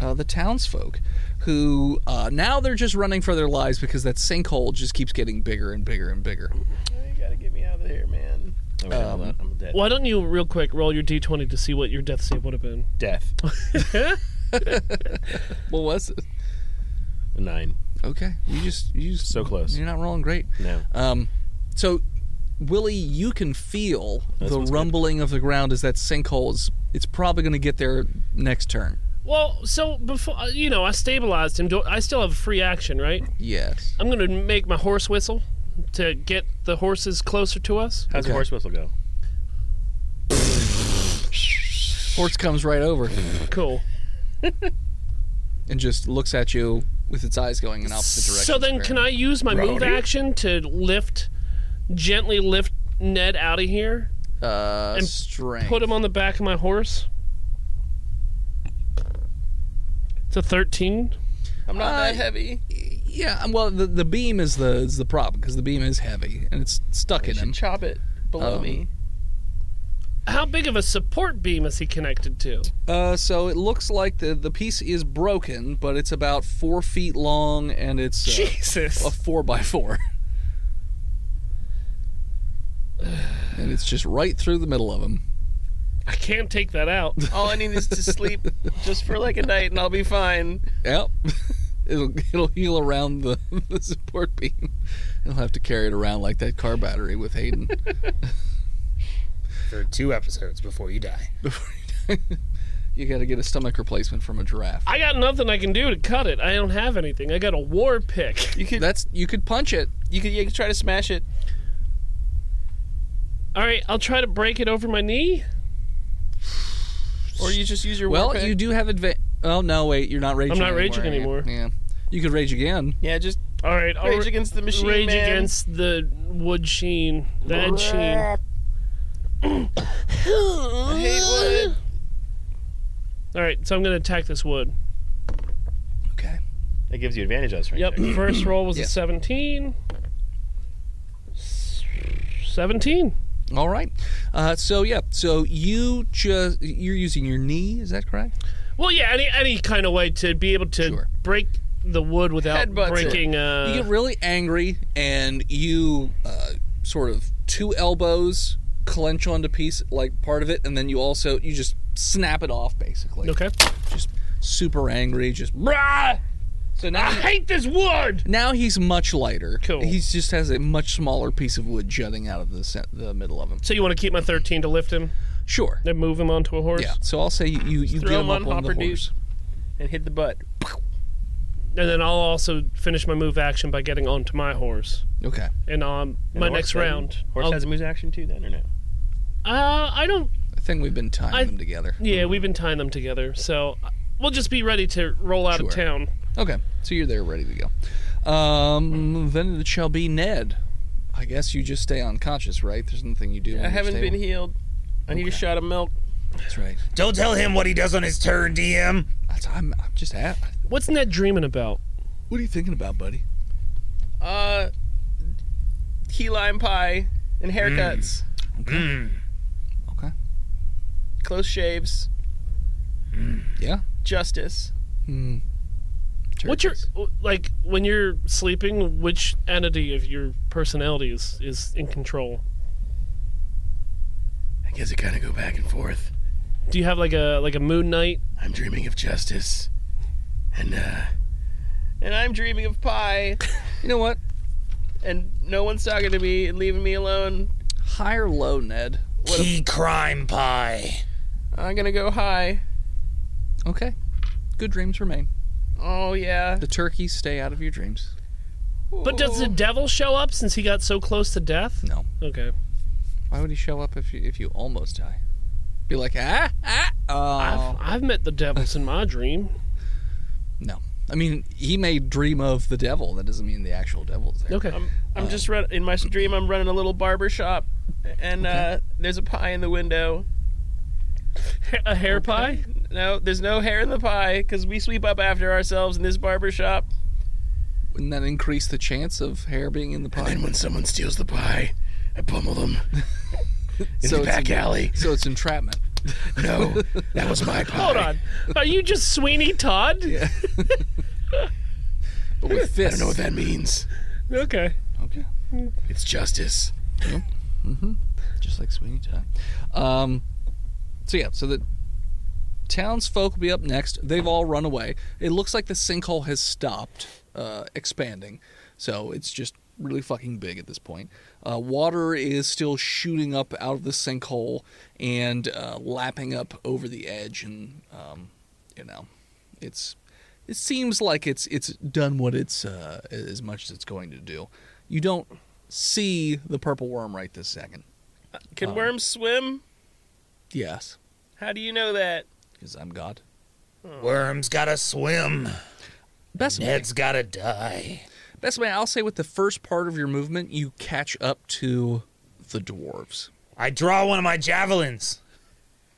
Speaker 5: uh, the townsfolk who uh, now they're just running for their lives because that sinkhole just keeps getting bigger and bigger and bigger.
Speaker 7: Oh, You gotta get me out of here, man.
Speaker 8: Oh, wait, hold
Speaker 3: Um,
Speaker 8: on. I'm dead.
Speaker 3: Why don't you real quick roll your d20 to see what your death save would have been? *laughs*
Speaker 8: Death.
Speaker 5: What was it?
Speaker 8: A nine.
Speaker 5: Okay, you just you just
Speaker 8: So close.
Speaker 5: You're not rolling great.
Speaker 8: No.
Speaker 5: Um, so, Willie, you can feel the rumbling of the ground as that sinkhole is. It's probably going to get there next turn.
Speaker 3: Well, so before uh, you know, I stabilized him. Do, I still have a free action, right?
Speaker 5: Yes.
Speaker 3: I'm gonna make my horse whistle. to get the horses closer to us.
Speaker 2: How's the horse whistle go?
Speaker 5: Horse comes right over
Speaker 3: Cool.
Speaker 5: and just looks at you with its eyes going in opposite directions.
Speaker 3: So then, can I use my move action to lift, gently lift Ned out of here,
Speaker 5: I uh,
Speaker 3: and
Speaker 5: strength?
Speaker 3: put him on the back of my horse? It's a 13.
Speaker 7: I'm not that heavy.
Speaker 5: Yeah, um, well, the, the beam is the is the problem because the beam is heavy and it's stuck in him.
Speaker 7: Chop it below
Speaker 5: Um,
Speaker 7: me.
Speaker 3: How big of a support beam is he connected to?
Speaker 5: Uh, so it looks like the the piece is broken, but it's about four feet long and it's uh,
Speaker 3: Jesus.
Speaker 5: a four by four. and it's just right through the middle of him.
Speaker 3: I can't take that out.
Speaker 7: All I need is to sleep just for like a night, and I'll be fine.
Speaker 5: Yep. *laughs* It'll it'll heal around the, *laughs* the support beam. He'll have to carry it around like that car battery with *laughs* Hayden.
Speaker 4: For two episodes before you die.
Speaker 5: you got to get a stomach replacement from a giraffe.
Speaker 3: I got nothing I can do to cut it. I don't have anything. I got a war pick.
Speaker 7: You could
Speaker 5: That's you could punch it.
Speaker 7: you could you could try to smash it.
Speaker 3: All right, I'll try to break it over my knee.
Speaker 7: Or you just use your
Speaker 5: Well,
Speaker 7: war pick.
Speaker 5: you do have adva- Oh no, wait, you're not raging.
Speaker 3: not raging
Speaker 5: Yeah. Yeah. you could rage again.
Speaker 7: yeah, just
Speaker 3: All right, I'll
Speaker 7: rage against the machine.
Speaker 3: rage
Speaker 7: man.
Speaker 3: against the wood sheen, the Ed sheen.
Speaker 7: I hate wood.
Speaker 3: All right, so I'm going to attack this wood.
Speaker 5: Okay.
Speaker 2: That gives you advantage on strength.
Speaker 3: Yep,
Speaker 7: *clears throat*
Speaker 2: check.
Speaker 3: first roll was
Speaker 5: Yeah.
Speaker 3: a 17. 17.
Speaker 5: All right. Uh, so yeah, so you just you're using your knee. Is that correct?
Speaker 3: Well, yeah, any any kind of way to be able to
Speaker 5: Sure.
Speaker 3: break the wood without
Speaker 7: Headbutts it.
Speaker 3: breaking. Uh,
Speaker 5: you get really angry and you uh, sort of two elbows clench onto piece like part of it, and then you also you just snap it off basically.
Speaker 3: okay.
Speaker 5: Just super angry. Just
Speaker 3: Rah!
Speaker 5: so now
Speaker 3: I hate this wood.
Speaker 5: now he's much lighter.
Speaker 3: Cool.
Speaker 5: He just has a much smaller piece of wood jutting out of the cent- the middle of him.
Speaker 3: So you want to keep my 13 to lift him,
Speaker 5: Sure.
Speaker 3: then move him onto a horse,
Speaker 5: Yeah. So I'll say you you, you
Speaker 7: throw
Speaker 5: get him
Speaker 7: him
Speaker 5: up
Speaker 7: on
Speaker 5: on the
Speaker 7: Hopper Dude.
Speaker 5: horse.
Speaker 7: And hit the butt.
Speaker 3: and then I'll also finish my move action by getting onto my horse.
Speaker 5: Okay.
Speaker 3: And um,
Speaker 2: And the
Speaker 3: my
Speaker 2: horse
Speaker 3: next
Speaker 2: doesn't-
Speaker 3: round,
Speaker 2: Horse
Speaker 3: I'll-
Speaker 2: has a moves action too, then or no?
Speaker 3: uh, I don't.
Speaker 5: I think we've been tying
Speaker 3: I-
Speaker 5: them together.
Speaker 3: Yeah, we've been tying them together, so uh, we'll just be ready to roll out
Speaker 5: Sure.
Speaker 3: of town.
Speaker 5: Okay, so you're there, ready to go. Um, then it shall be Ned. I guess you just stay unconscious, right? There's nothing you do. when
Speaker 7: I
Speaker 5: you're
Speaker 7: haven't been
Speaker 5: stable.
Speaker 7: healed. I need a shot of milk.
Speaker 5: That's right.
Speaker 4: Don't tell him what he does on his turn, DM.
Speaker 5: That's, I'm, I'm just at.
Speaker 3: What's Ned dreaming about?
Speaker 5: What are you thinking about, buddy?
Speaker 7: Uh, key lime pie and haircuts,
Speaker 5: Okay.
Speaker 7: close shaves,
Speaker 5: Yeah.
Speaker 7: justice.
Speaker 5: Hmm. Sure
Speaker 3: What's your
Speaker 5: it is.
Speaker 3: like when you're sleeping? Which entity of your personality is is in control?
Speaker 6: I guess I kind of go back and forth.
Speaker 3: Do you have like a like a moon knight?
Speaker 6: I'm dreaming of justice. And, uh,
Speaker 7: And I'm dreaming of pie,
Speaker 5: You know what?
Speaker 7: and no one's talking to me and leaving me alone.
Speaker 5: High or low, Ned?
Speaker 4: Key crime pie.
Speaker 7: I'm gonna go high.
Speaker 5: Okay. Good dreams remain.
Speaker 7: Oh yeah.
Speaker 5: The turkeys stay out of your dreams.
Speaker 3: But does the devil show up since he got so close to death?
Speaker 5: No.
Speaker 3: Okay.
Speaker 5: Why would he show up if you if you almost die? Be like ah ah. Oh.
Speaker 3: I've I've met the devils in my dream.
Speaker 5: No. I mean, he may dream of the devil. That doesn't mean the actual devil's there.
Speaker 3: Okay.
Speaker 7: I'm, I'm just run in my dream. I'm running a little barber shop, and uh, there's a pie in the window.
Speaker 3: a hair pie?
Speaker 7: No, there's no hair in the pie because we sweep up after ourselves in this barber shop.
Speaker 5: Wouldn't that increase the chance of hair being in the pie?
Speaker 6: and when someone steals the pie, I pummel
Speaker 5: *laughs*
Speaker 6: them in
Speaker 5: so
Speaker 6: the
Speaker 5: it's
Speaker 6: back alley.
Speaker 5: So it's entrapment.
Speaker 6: No, that was my pie.
Speaker 3: *laughs* Hold on. Are you just Sweeney Todd?
Speaker 5: But
Speaker 6: *laughs*
Speaker 5: with
Speaker 6: I
Speaker 5: fists.
Speaker 6: don't know what that means.
Speaker 3: Okay.
Speaker 5: Okay.
Speaker 6: It's justice.
Speaker 5: Just like Sweeney Todd. Um, so yeah, so the townsfolk will be up next. They've all run away. It looks like the sinkhole has stopped uh, expanding. So it's just really fucking big at this point. Uh, water is still shooting up out of the sinkhole and uh, lapping up over the edge, and um, you know, it's it seems like it's it's done what it's uh, as much as it's going to do. You don't see the purple worm right this second.
Speaker 7: Can worms swim?
Speaker 5: Yes,
Speaker 7: How do you know that?
Speaker 5: because I'm God.
Speaker 4: Worm's gotta swim.
Speaker 5: Best way,
Speaker 4: Ned's gotta die.
Speaker 5: best way, I'll say with the first part of your movement, you catch up to the dwarves.
Speaker 4: I draw one of my javelins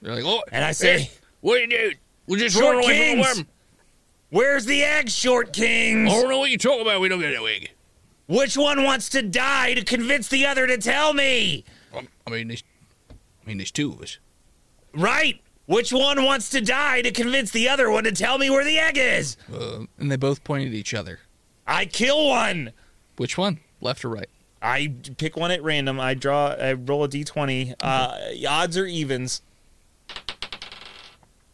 Speaker 5: They're like, oh,
Speaker 4: and I say,
Speaker 6: What are you doing? We just
Speaker 4: Short
Speaker 6: run away
Speaker 4: kings!
Speaker 6: from a worm.
Speaker 4: Where's the egg, short kings?
Speaker 6: I don't know what you're talking about. We don't get an egg.
Speaker 4: Which one wants to die to convince the other to tell me?
Speaker 6: Um, I mean, there's, I mean, there's two of us.
Speaker 4: Right. Which one wants to die to convince the other one to tell me where the egg is?
Speaker 5: uh, and they both point at each other.
Speaker 4: I kill one.
Speaker 5: Which one, left or right?
Speaker 4: I pick one at random. I draw. I roll a d20. Uh, odds or evens.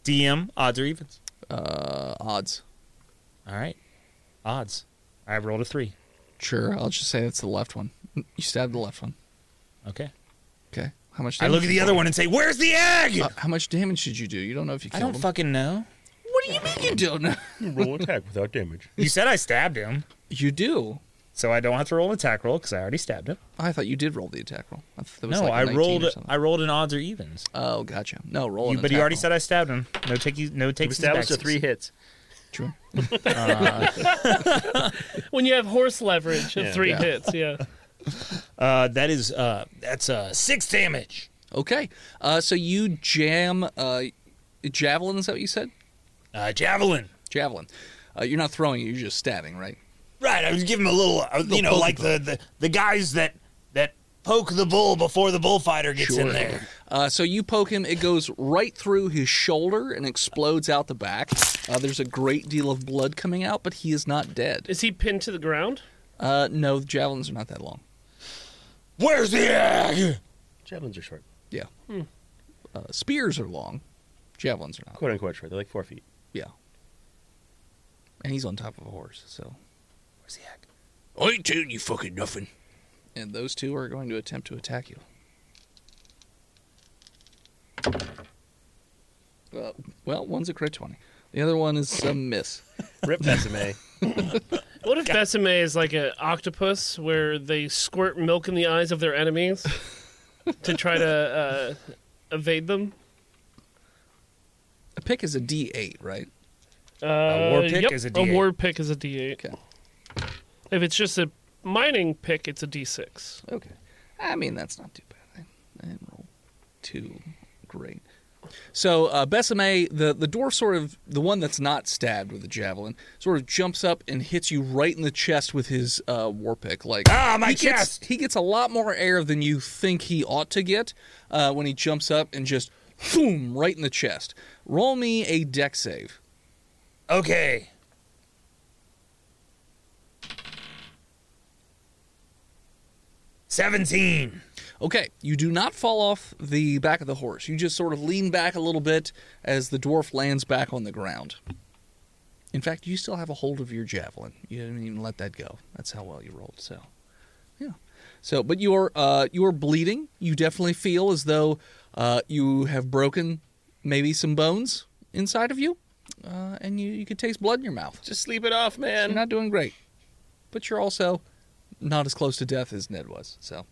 Speaker 4: DM odds or evens.
Speaker 5: Uh, odds.
Speaker 4: All right. Odds. I rolled a three.
Speaker 5: Sure, I'll just say that's the left one. You stabbed the left one.
Speaker 4: Okay.
Speaker 5: Okay. How much?
Speaker 4: I
Speaker 5: Damage
Speaker 4: look at the other one and say, "Where's the egg?"
Speaker 5: Uh, how much damage did you do? You don't know if you
Speaker 4: I
Speaker 5: killed
Speaker 4: don't
Speaker 5: him.
Speaker 4: fucking know.
Speaker 5: What do you mean you don't know?
Speaker 2: Roll
Speaker 3: *laughs*
Speaker 2: attack without damage.
Speaker 4: You said I stabbed him,
Speaker 5: You do.
Speaker 4: so I don't have to roll an attack roll because I already stabbed him.
Speaker 5: Oh, I thought you did roll the attack roll. I thought that was
Speaker 4: No,
Speaker 5: like a
Speaker 4: I
Speaker 5: 19 or
Speaker 4: rolled.
Speaker 5: something.
Speaker 4: I rolled an odds or evens.
Speaker 5: Oh, gotcha. No, roll.
Speaker 4: You,
Speaker 5: an
Speaker 4: but you
Speaker 5: attack
Speaker 4: already
Speaker 5: roll.
Speaker 4: said I stabbed him. No take you. No take.
Speaker 2: Established the three hits.
Speaker 5: True.
Speaker 3: When you have horse leverage of
Speaker 2: Yeah.
Speaker 3: three
Speaker 5: Yeah. *laughs*
Speaker 3: hits, yeah.
Speaker 4: Uh, that is. Uh, that's uh six damage.
Speaker 5: Okay. Uh, so you jam uh, javelin. Is that what you said?
Speaker 4: Uh, javelin.
Speaker 5: Javelin. Uh, you're not throwing it. You're just stabbing, right?
Speaker 4: Right. I was giving him a little. Uh, you know,
Speaker 5: poke
Speaker 4: like the, the the guys that that poke the bull before the bullfighter gets in there.
Speaker 5: Uh, so you poke him. It goes right through his shoulder and explodes out the back. Uh, there's a great deal of blood coming out, but he is not dead.
Speaker 3: Is he pinned to the ground?
Speaker 5: Uh, no, the javelins are not that long.
Speaker 4: Where's the egg?
Speaker 2: Javelins are short,
Speaker 5: Yeah. Uh, spears are long. Javelins are not.
Speaker 2: quote unquote short. They're like four feet.
Speaker 5: Yeah. And he's on top of a horse, so.
Speaker 6: I ain't telling you fucking nothing.
Speaker 5: And those two are going to attempt to attack you. Well, well, one's a crit 20. The other one is a miss.
Speaker 2: Rip *laughs* Besame.
Speaker 3: What if Besame is like an octopus where they squirt milk in the eyes of their enemies to try to uh, evade them?
Speaker 5: A pick is a d8, right?
Speaker 3: Uh,
Speaker 4: war pick
Speaker 3: yep,
Speaker 4: is a
Speaker 3: A
Speaker 4: D8.
Speaker 3: war pick is a D8.
Speaker 5: Okay.
Speaker 3: If it's just a mining pick, it's a D6.
Speaker 5: Okay. I mean, that's not too bad. I, I didn't roll too great. So uh, Besame, the, the dwarf sort of, the one that's not stabbed with a javelin, sort of jumps up and hits you right in the chest with his uh, war pick. Like,
Speaker 4: Ah, my
Speaker 5: he gets-
Speaker 4: chest!
Speaker 5: he gets a lot more air than you think he ought to get uh, when he jumps up and just, boom, right in the chest. Roll me a deck save.
Speaker 4: Okay. Seventeen.
Speaker 5: Okay, you do not fall off the back of the horse. You just sort of lean back a little bit as the dwarf lands back on the ground. In fact, you still have a hold of your javelin. You didn't even let that go. That's how well you rolled. So, yeah. So, but you are uh, you are bleeding. You definitely feel as though uh, you have broken maybe some bones inside of you, uh, and you you could taste blood in your mouth.
Speaker 7: Just sleep it off, man.
Speaker 5: You're not doing great, but you're also not as close to death as Ned was. So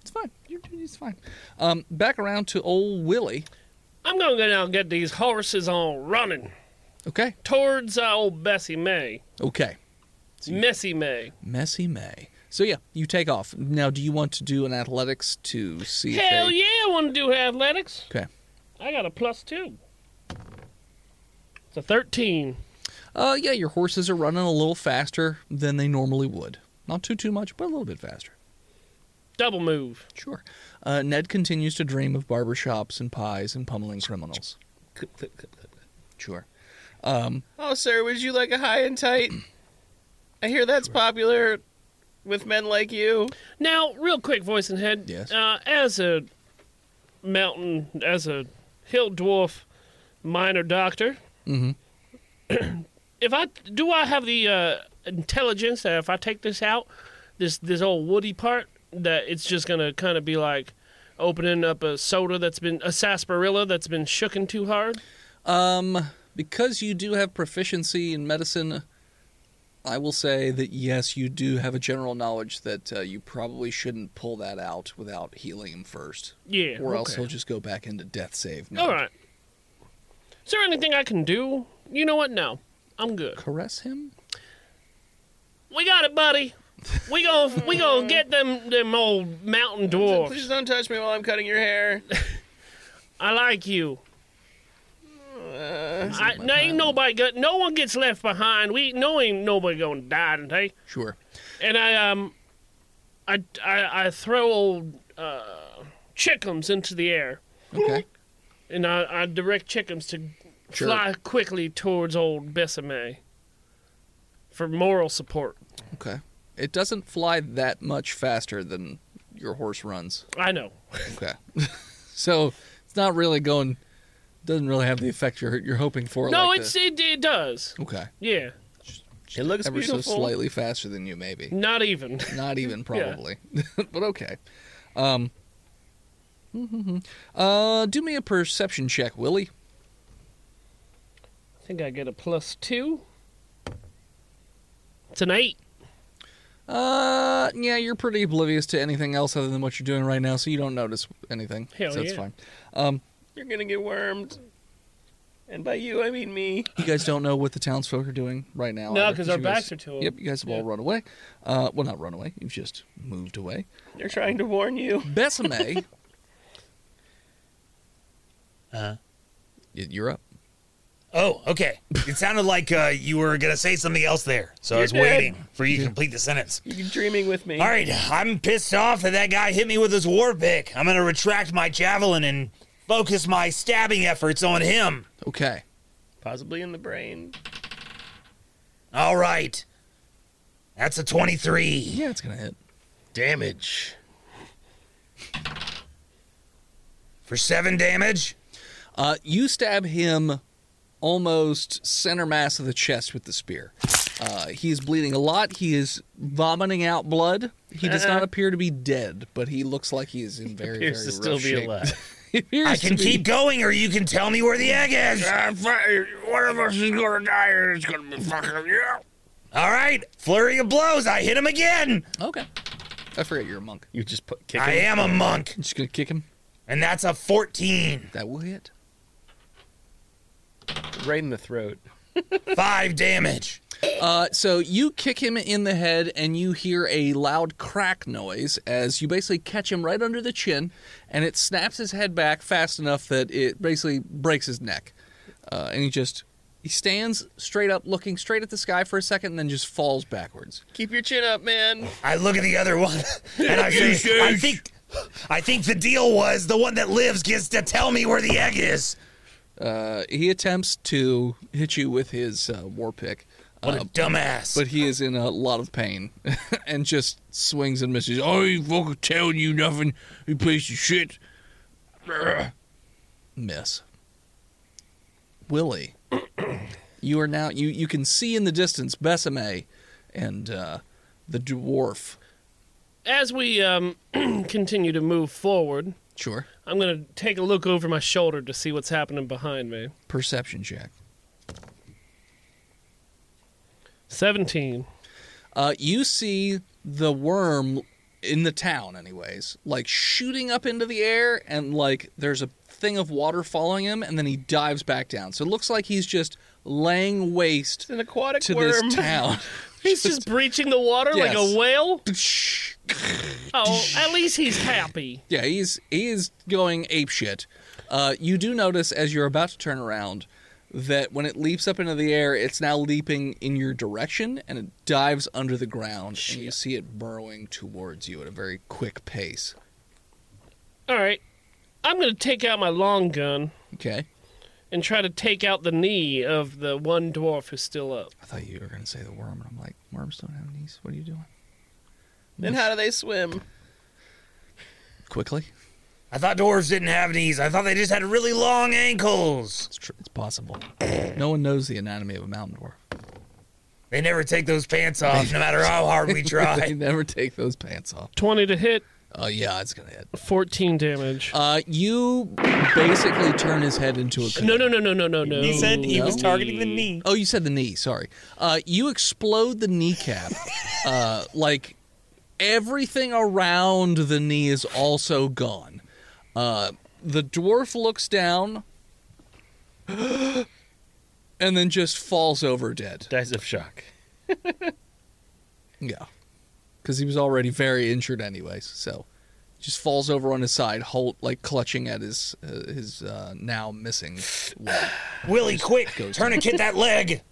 Speaker 5: it's fine. You're, it's fine. Um, back around to old Willie.
Speaker 3: I'm going to go down and get these horses on running
Speaker 5: Okay.
Speaker 3: towards uh, old Bessie May.
Speaker 5: Okay.
Speaker 3: Messy May.
Speaker 5: Messy May. So yeah, you take off. Now, do you want to do an athletics to see? if
Speaker 3: Hell
Speaker 5: they-
Speaker 3: yeah, I want to do athletics.
Speaker 5: Okay.
Speaker 3: I got a plus two. It's a 13.
Speaker 5: Uh, yeah, your horses are running a little faster than they normally would. Not too too much, but a little bit faster.
Speaker 3: Double move.
Speaker 5: Sure. Uh, Ned continues to dream of barbershops and pies and pummeling criminals. Sure.
Speaker 7: Oh, sir, would you like a high and tight? I hear that's popular with men like you.
Speaker 3: Now, real quick, voice and head.
Speaker 5: Yes.
Speaker 3: Uh, as a mountain, as a hill dwarf minor doctor,
Speaker 5: Mm-hmm.
Speaker 3: *clears throat* if I do, I have the uh, intelligence that if I take this out, this this old woody part, that it's just gonna kind of be like opening up a soda that's been a sarsaparilla that's been shooken too hard.
Speaker 5: Um, because you do have proficiency in medicine, I will say that yes, you do have a general knowledge that uh, you probably shouldn't pull that out without healing him first,
Speaker 3: Yeah.
Speaker 5: or else
Speaker 3: okay.
Speaker 5: he'll just go back into death save. mode.
Speaker 3: All right. Is there anything I can do? You know what? No, I'm good.
Speaker 5: Caress him.
Speaker 3: We got it, buddy. We gon' we gon' get them them old mountain
Speaker 7: Please
Speaker 3: dwarves.
Speaker 7: don't touch me while I'm cutting your hair.
Speaker 3: *laughs* I like you.
Speaker 7: Uh,
Speaker 3: I, no, ain't nobody got. No one gets left behind. We no ain't nobody gonna die today.
Speaker 5: Sure.
Speaker 3: And I um, I I, I throw old uh, chickums into the air,
Speaker 5: Okay.
Speaker 3: and I, I direct chickums to
Speaker 5: Sure.
Speaker 3: fly quickly towards old Besame for moral support.
Speaker 5: Okay. It doesn't fly that much faster than your horse runs.
Speaker 3: I know.
Speaker 5: Okay. *laughs* so it's not really going. Doesn't really have the effect you're you're hoping for.
Speaker 3: no,
Speaker 5: like
Speaker 3: it's
Speaker 5: the-
Speaker 3: it, it does.
Speaker 5: okay.
Speaker 3: Yeah,
Speaker 2: It looks
Speaker 5: Ever
Speaker 2: beautiful.
Speaker 5: so slightly faster than you, maybe.
Speaker 3: not even. *laughs*
Speaker 5: Not even probably, *laughs* but okay. Um, *laughs* uh, do me a perception check, Willie.
Speaker 3: I think I get a plus two. It's an eight.
Speaker 5: Uh, yeah, you're pretty oblivious to anything else other than what you're doing right now, so you don't notice anything.
Speaker 3: Hell
Speaker 5: so it's
Speaker 3: yeah.
Speaker 5: fine.
Speaker 7: You're gonna get wormed. And by you, I mean me.
Speaker 5: You guys don't know what the townsfolk are doing right now.
Speaker 3: No,
Speaker 5: either,
Speaker 3: 'cause our
Speaker 5: you
Speaker 3: backs
Speaker 5: guys-
Speaker 3: are to 'em.
Speaker 5: Yep, you guys have all
Speaker 3: Yeah.
Speaker 5: run away. Uh, well, not run away. You've just moved away.
Speaker 7: They're trying to warn you.
Speaker 5: Besame.
Speaker 3: *laughs*
Speaker 5: uh You're up.
Speaker 4: Oh, okay. It sounded like uh, you were going to say something else there. So I was
Speaker 7: You're dead.
Speaker 4: waiting for you to complete the sentence.
Speaker 7: You're dreaming with me.
Speaker 4: All right, I'm pissed off that that guy hit me with his war pick. I'm going to retract my javelin and focus my stabbing efforts on him.
Speaker 5: Okay.
Speaker 7: Possibly in the brain.
Speaker 4: All right. That's a 23.
Speaker 5: Yeah, it's gonna hit.
Speaker 2: Damage.
Speaker 4: For seven damage?
Speaker 5: Uh, you stab him almost center mass of the chest with the spear. Uh, he is bleeding a lot. He is vomiting out blood. He does not appear to be dead, but he looks like
Speaker 2: *laughs*
Speaker 5: he is in very,
Speaker 2: Uh-huh. Appears
Speaker 5: very
Speaker 2: to still
Speaker 5: rough
Speaker 2: be
Speaker 5: shape.
Speaker 2: alive.
Speaker 5: *laughs* He appears
Speaker 4: I can
Speaker 5: to be-
Speaker 4: keep going, or you can tell me where the egg is.
Speaker 6: One of us is gonna die, and it's gonna be fucking you.
Speaker 4: All right, flurry of blows. I hit him again.
Speaker 5: Okay. I forget you're a monk.
Speaker 2: You just put kick
Speaker 4: I
Speaker 2: him.
Speaker 4: am a monk,
Speaker 5: I'm just gonna kick him.
Speaker 4: and that's a 14.
Speaker 5: That will hit.
Speaker 2: right in the throat.
Speaker 4: Five damage.
Speaker 5: Uh, so you kick him in the head, and you hear a loud crack noise as you basically catch him right under the chin, and it snaps his head back fast enough that it basically breaks his neck. Uh, and he just he stands straight up, looking straight at the sky for a second, and then just falls backwards.
Speaker 7: Keep your chin up, man.
Speaker 4: I look at the other one, *laughs* and I say, I think, I think the deal was the one that lives gets to tell me where the egg is.
Speaker 5: Uh, he attempts to hit you with his uh, war pick,
Speaker 4: What a dumbass.
Speaker 5: but he is in a lot of pain *laughs* and just swings and misses. "Oh,
Speaker 6: I ain't fucking telling you nothing, you piece of shit.
Speaker 5: *clears throat* miss. Willie, *clears throat* you are now you you can see in the distance Besame and uh, the dwarf.
Speaker 3: As we um, *clears throat* continue to move forward,
Speaker 5: Sure.
Speaker 3: I'm gonna take a look over my shoulder to see what's happening behind me.
Speaker 5: Perception check.
Speaker 3: Seventeen.
Speaker 5: Uh, you see the worm in the town, anyways, like shooting up into the air, and like there's a thing of water following him, and then he dives back down. So it looks like he's just laying waste
Speaker 7: It's an aquatic
Speaker 5: to
Speaker 7: worm.
Speaker 5: this town.
Speaker 3: *laughs*
Speaker 5: *laughs*
Speaker 3: He's just breaching the water like
Speaker 5: Yes.
Speaker 3: a whale.
Speaker 5: *laughs*
Speaker 3: Oh, at least he's happy.
Speaker 5: Yeah, he's he's going apeshit. Uh, you do notice as you're about to turn around that when it leaps up into the air, it's now leaping in your direction and it dives under the ground, and you see it burrowing towards you at a very quick pace.
Speaker 3: All right, I'm gonna take out my long gun
Speaker 5: Okay,
Speaker 3: and try to take out the knee of the one dwarf who's still up.
Speaker 5: I thought you were gonna say the worm, and I'm like, worms don't have knees. What are you doing?
Speaker 7: Then how do they swim?
Speaker 5: Quickly,
Speaker 4: I thought dwarves didn't have knees. I thought they just had really long ankles.
Speaker 5: it's tr- it's possible. No one knows the anatomy of a mountain dwarf.
Speaker 4: They never take those pants off, no matter how hard *laughs* we
Speaker 5: *laughs* they
Speaker 4: try.
Speaker 5: never take those pants off.
Speaker 3: Twenty to hit.
Speaker 5: Uh, yeah, it's gonna hit.
Speaker 3: 14 damage.
Speaker 5: Uh, you basically turn his head into a.
Speaker 3: no, no, no, no, no, no,
Speaker 4: *laughs*
Speaker 3: no.
Speaker 4: He said he was targeting the knee.
Speaker 5: Oh, you said the knee. Sorry. Uh, you explode the kneecap. uh, like everything around the knee is also gone. Uh, the dwarf looks down, *gasps* and then just falls over dead.
Speaker 2: Dies of shock.
Speaker 5: Yeah. Because he was already very injured, anyways. So just falls over on his side, Holt like clutching at his uh, his uh, now missing. leg.
Speaker 4: Willie, quick,
Speaker 5: goes
Speaker 4: tourniquet that *laughs* leg.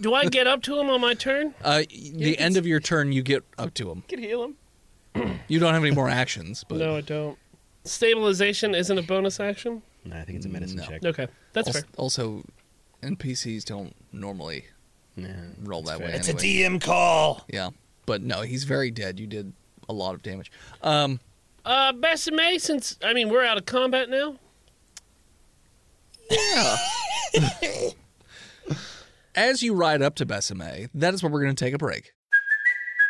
Speaker 3: Do I get up to him on my turn?
Speaker 5: Uh, the end of your turn, you get up to him.
Speaker 7: Can heal him.
Speaker 5: You don't have any more actions, but
Speaker 3: No, I don't. Stabilization isn't a bonus action?
Speaker 2: Nah, I think it's a medicine check.
Speaker 3: Okay, that's
Speaker 5: als-
Speaker 3: fair.
Speaker 5: also, NPCs don't normally roll that way.
Speaker 4: It's
Speaker 5: anyway.
Speaker 4: a DM call.
Speaker 5: Yeah, but no, he's very dead. You did a lot of damage. Um,
Speaker 3: Uh, Besame, since, I mean, we're out of combat now.
Speaker 5: as you ride up to Besame, that is where we're going to take a break.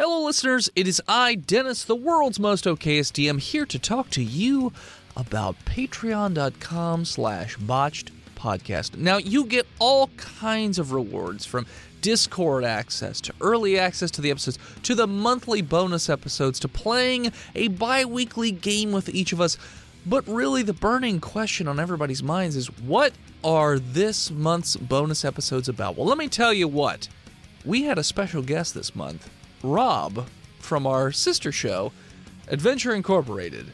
Speaker 5: Hello, listeners. It is I, Dennis, the world's most okayest DM, here to talk to you about patreon.com slash botched podcast. Now, you get all kinds of rewards from Discord access to early access to the episodes to the monthly bonus episodes to playing a bi weekly game with each of us. But really, the burning question on everybody's minds is what are this month's bonus episodes about? Well, let me tell you what we had a special guest this month, Rob from our sister show, Adventure Incorporated.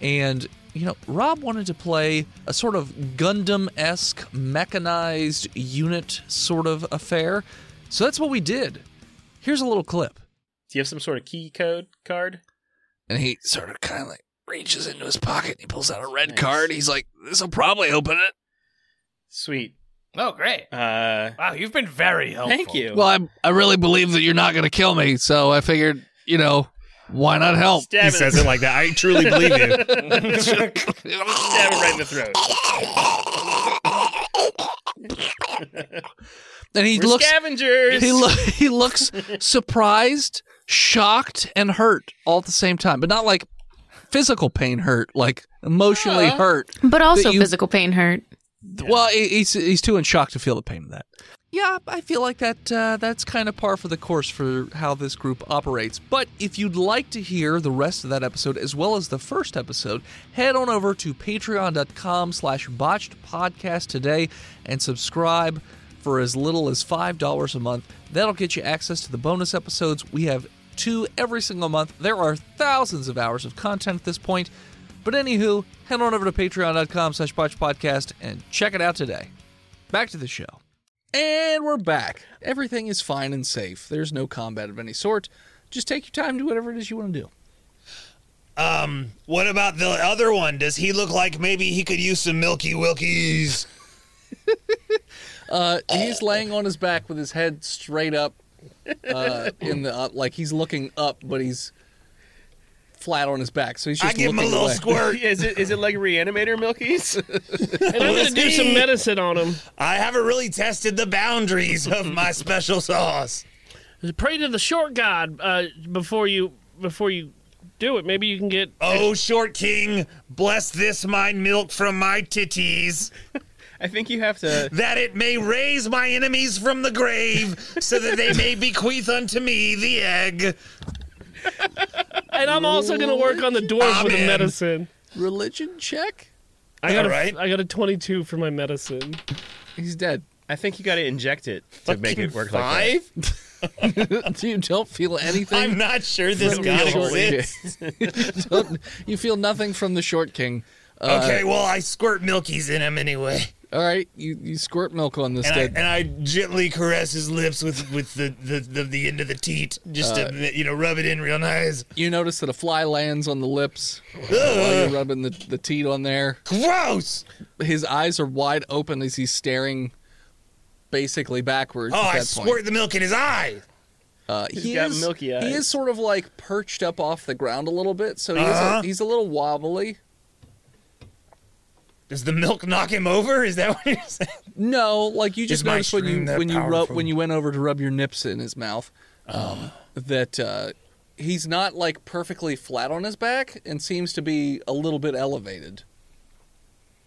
Speaker 5: And, you know, Rob wanted to play a sort of Gundam esque mechanized unit sort of affair. So that's what we did. Here's a little clip.
Speaker 2: Do you have some sort of key code card?
Speaker 5: And he sort of kind of like reaches into his pocket and he pulls out a red card. He's like, this will probably open it.
Speaker 2: Sweet.
Speaker 9: Oh, great.
Speaker 2: Uh,
Speaker 9: Wow, you've been very helpful.
Speaker 2: thank you.
Speaker 5: Well, I'm, I really believe that you're not going to kill me. So I figured, you know, why not help?
Speaker 2: stab
Speaker 4: He
Speaker 2: it,
Speaker 4: says it like that. I truly believe you.
Speaker 2: stab it right in the throat.
Speaker 5: And he
Speaker 2: We're
Speaker 5: looks
Speaker 2: scavengers.
Speaker 5: He, lo- he looks surprised, shocked, and hurt all at the same time, but not like physical pain hurt, like emotionally hurt.
Speaker 10: But also
Speaker 5: you-
Speaker 10: physical pain hurt.
Speaker 5: Well, he- he's he's too in shock to feel the pain of that. Yeah, I feel like that uh, that's kind of par for the course for how this group operates. But if you'd like to hear the rest of that episode as well as the first episode, head on over to patreon.com slash botched podcast today and subscribe for as little as $5 a month. That'll get you access to the bonus episodes. We have two every single month. There are thousands of hours of content at this point. But anywho, head on over to patreon.com slash botch podcast and check it out today. Back to the show. And we're back. Everything is fine and safe. There's no combat of any sort. Just take your time, do whatever it is you want to do.
Speaker 4: *laughs* Um, what about the other one? Does he look like maybe he could use some Milky Wilkies?
Speaker 5: Uh, he's laying on his back with his head straight up uh, in the uh, like he's looking up, but he's flat on his back. So he's
Speaker 4: I
Speaker 5: just
Speaker 4: give him a
Speaker 5: looking
Speaker 4: little *laughs*
Speaker 5: away.
Speaker 4: squirt.
Speaker 7: Is it is it like Reanimator Milkies?
Speaker 3: And I'm going to do some medicine on him.
Speaker 4: I haven't really tested the boundaries of my special sauce.
Speaker 3: Pray to the short god uh, before you before you do it. Maybe you can get.
Speaker 4: Oh, short king, bless this my milk from my titties,
Speaker 7: I think you have to.
Speaker 4: that it may raise my enemies from the grave, so that they may bequeath unto me the egg.
Speaker 3: And I'm also going to work on the
Speaker 7: Ah,
Speaker 3: dwarf with the
Speaker 4: Amen.
Speaker 3: medicine.
Speaker 5: Religion check.
Speaker 3: I got a,
Speaker 4: Alright.
Speaker 3: I got a 22 for my medicine.
Speaker 5: He's dead.
Speaker 2: I think you got to inject it to make it work like that.
Speaker 4: Five?
Speaker 5: you don't feel anything.
Speaker 4: I'm not sure this
Speaker 5: from
Speaker 4: guy
Speaker 5: the short
Speaker 4: exists.
Speaker 5: king. *laughs* Don't- you feel nothing from the short king.
Speaker 2: Uh,
Speaker 4: okay, well, I squirt Milkies in him anyway.
Speaker 5: All right, you, you squirt milk on this
Speaker 4: And I,
Speaker 5: dead.
Speaker 4: and I gently caress his lips with, with the, the, the, the end of the teat, just
Speaker 5: Uh,
Speaker 4: to, you know, rub it in real nice.
Speaker 5: You notice that a fly lands on the lips while
Speaker 4: Ugh.
Speaker 5: you're rubbing the, the teat on there.
Speaker 4: Gross!
Speaker 5: His eyes are wide open as he's staring basically backwards.
Speaker 4: Oh,
Speaker 5: at
Speaker 4: I
Speaker 5: that point.
Speaker 4: squirt the milk in his eye.
Speaker 5: Uh,
Speaker 4: He's
Speaker 5: he
Speaker 4: got
Speaker 5: is,
Speaker 4: milky
Speaker 5: He
Speaker 4: eyes.
Speaker 5: is sort of like perched up off the ground a little bit, so he's,
Speaker 4: Uh-huh.
Speaker 5: a, he's a little wobbly.
Speaker 4: Does the milk knock him over? Is that what you're saying?
Speaker 5: No, like you
Speaker 4: Is
Speaker 5: just
Speaker 4: my
Speaker 5: noticed when you
Speaker 4: stream that
Speaker 5: when you rub,
Speaker 4: powerful? Oh.
Speaker 5: when you went over to rub your nips in his mouth, um, that uh, he's not like perfectly flat on his back and seems to be a little bit elevated.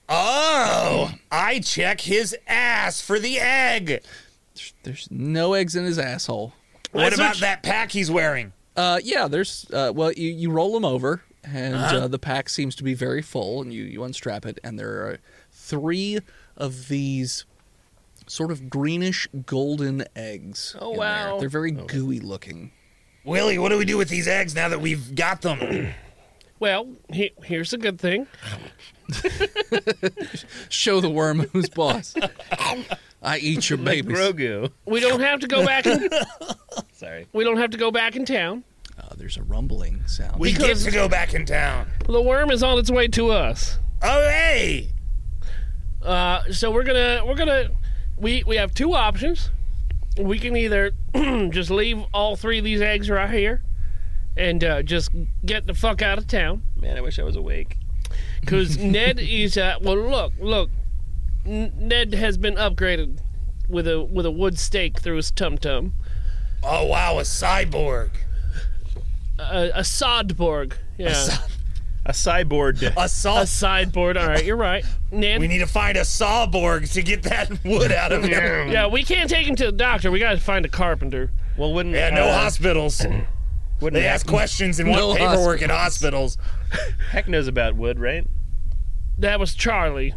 Speaker 4: Oh, I check his ass for the egg.
Speaker 5: There's no eggs in his asshole.
Speaker 4: What about that pack he's wearing?
Speaker 5: Uh, yeah, there's. Uh, well, you, you roll him over, and uh
Speaker 4: Uh-huh.
Speaker 5: the pack seems to be very full, and you, you unstrap it, and there are three of these sort of greenish golden eggs.
Speaker 3: Oh,
Speaker 5: in there.
Speaker 3: wow.
Speaker 5: They're very gooey looking.
Speaker 4: Willie, what do we do with these eggs now that we've got *clears throat* them?
Speaker 3: Well, he, here's a good thing.
Speaker 5: Show the worm who's boss. I eat your babies. Grogu.
Speaker 3: We don't have to go back. In,
Speaker 5: Sorry.
Speaker 3: we don't have to go back in town.
Speaker 5: Uh, there's a rumbling sound.
Speaker 4: We get to go back in town.
Speaker 3: The worm is on its way to us.
Speaker 4: Oh hey!
Speaker 3: Uh, so we're gonna we're gonna we we have two options. We can either *clears throat* just leave all three of these eggs right here and uh, just get the fuck out of town.
Speaker 2: Man, I wish I was awake. *laughs*
Speaker 3: Because Ned is uh, well. Look, look. N- Ned has been upgraded with a with a wood stake through his tum tum.
Speaker 4: Oh wow, a *laughs* cyborg.
Speaker 3: A, a sodborg. Yeah.
Speaker 2: A cyborg.
Speaker 4: A saw.
Speaker 3: A sideboard. All right,
Speaker 2: *laughs*
Speaker 3: you're right. Ned.
Speaker 4: We need to find a sawborg to get that *laughs* wood out of him.
Speaker 3: yeah, we can't take him to the doctor. We got to find a carpenter.
Speaker 2: Well, wouldn't uh,
Speaker 4: Yeah, no hospitals.
Speaker 2: Wouldn't
Speaker 4: They ask questions and want paperwork in hospitals.
Speaker 2: Heck knows about wood, right?
Speaker 3: That was Charlie.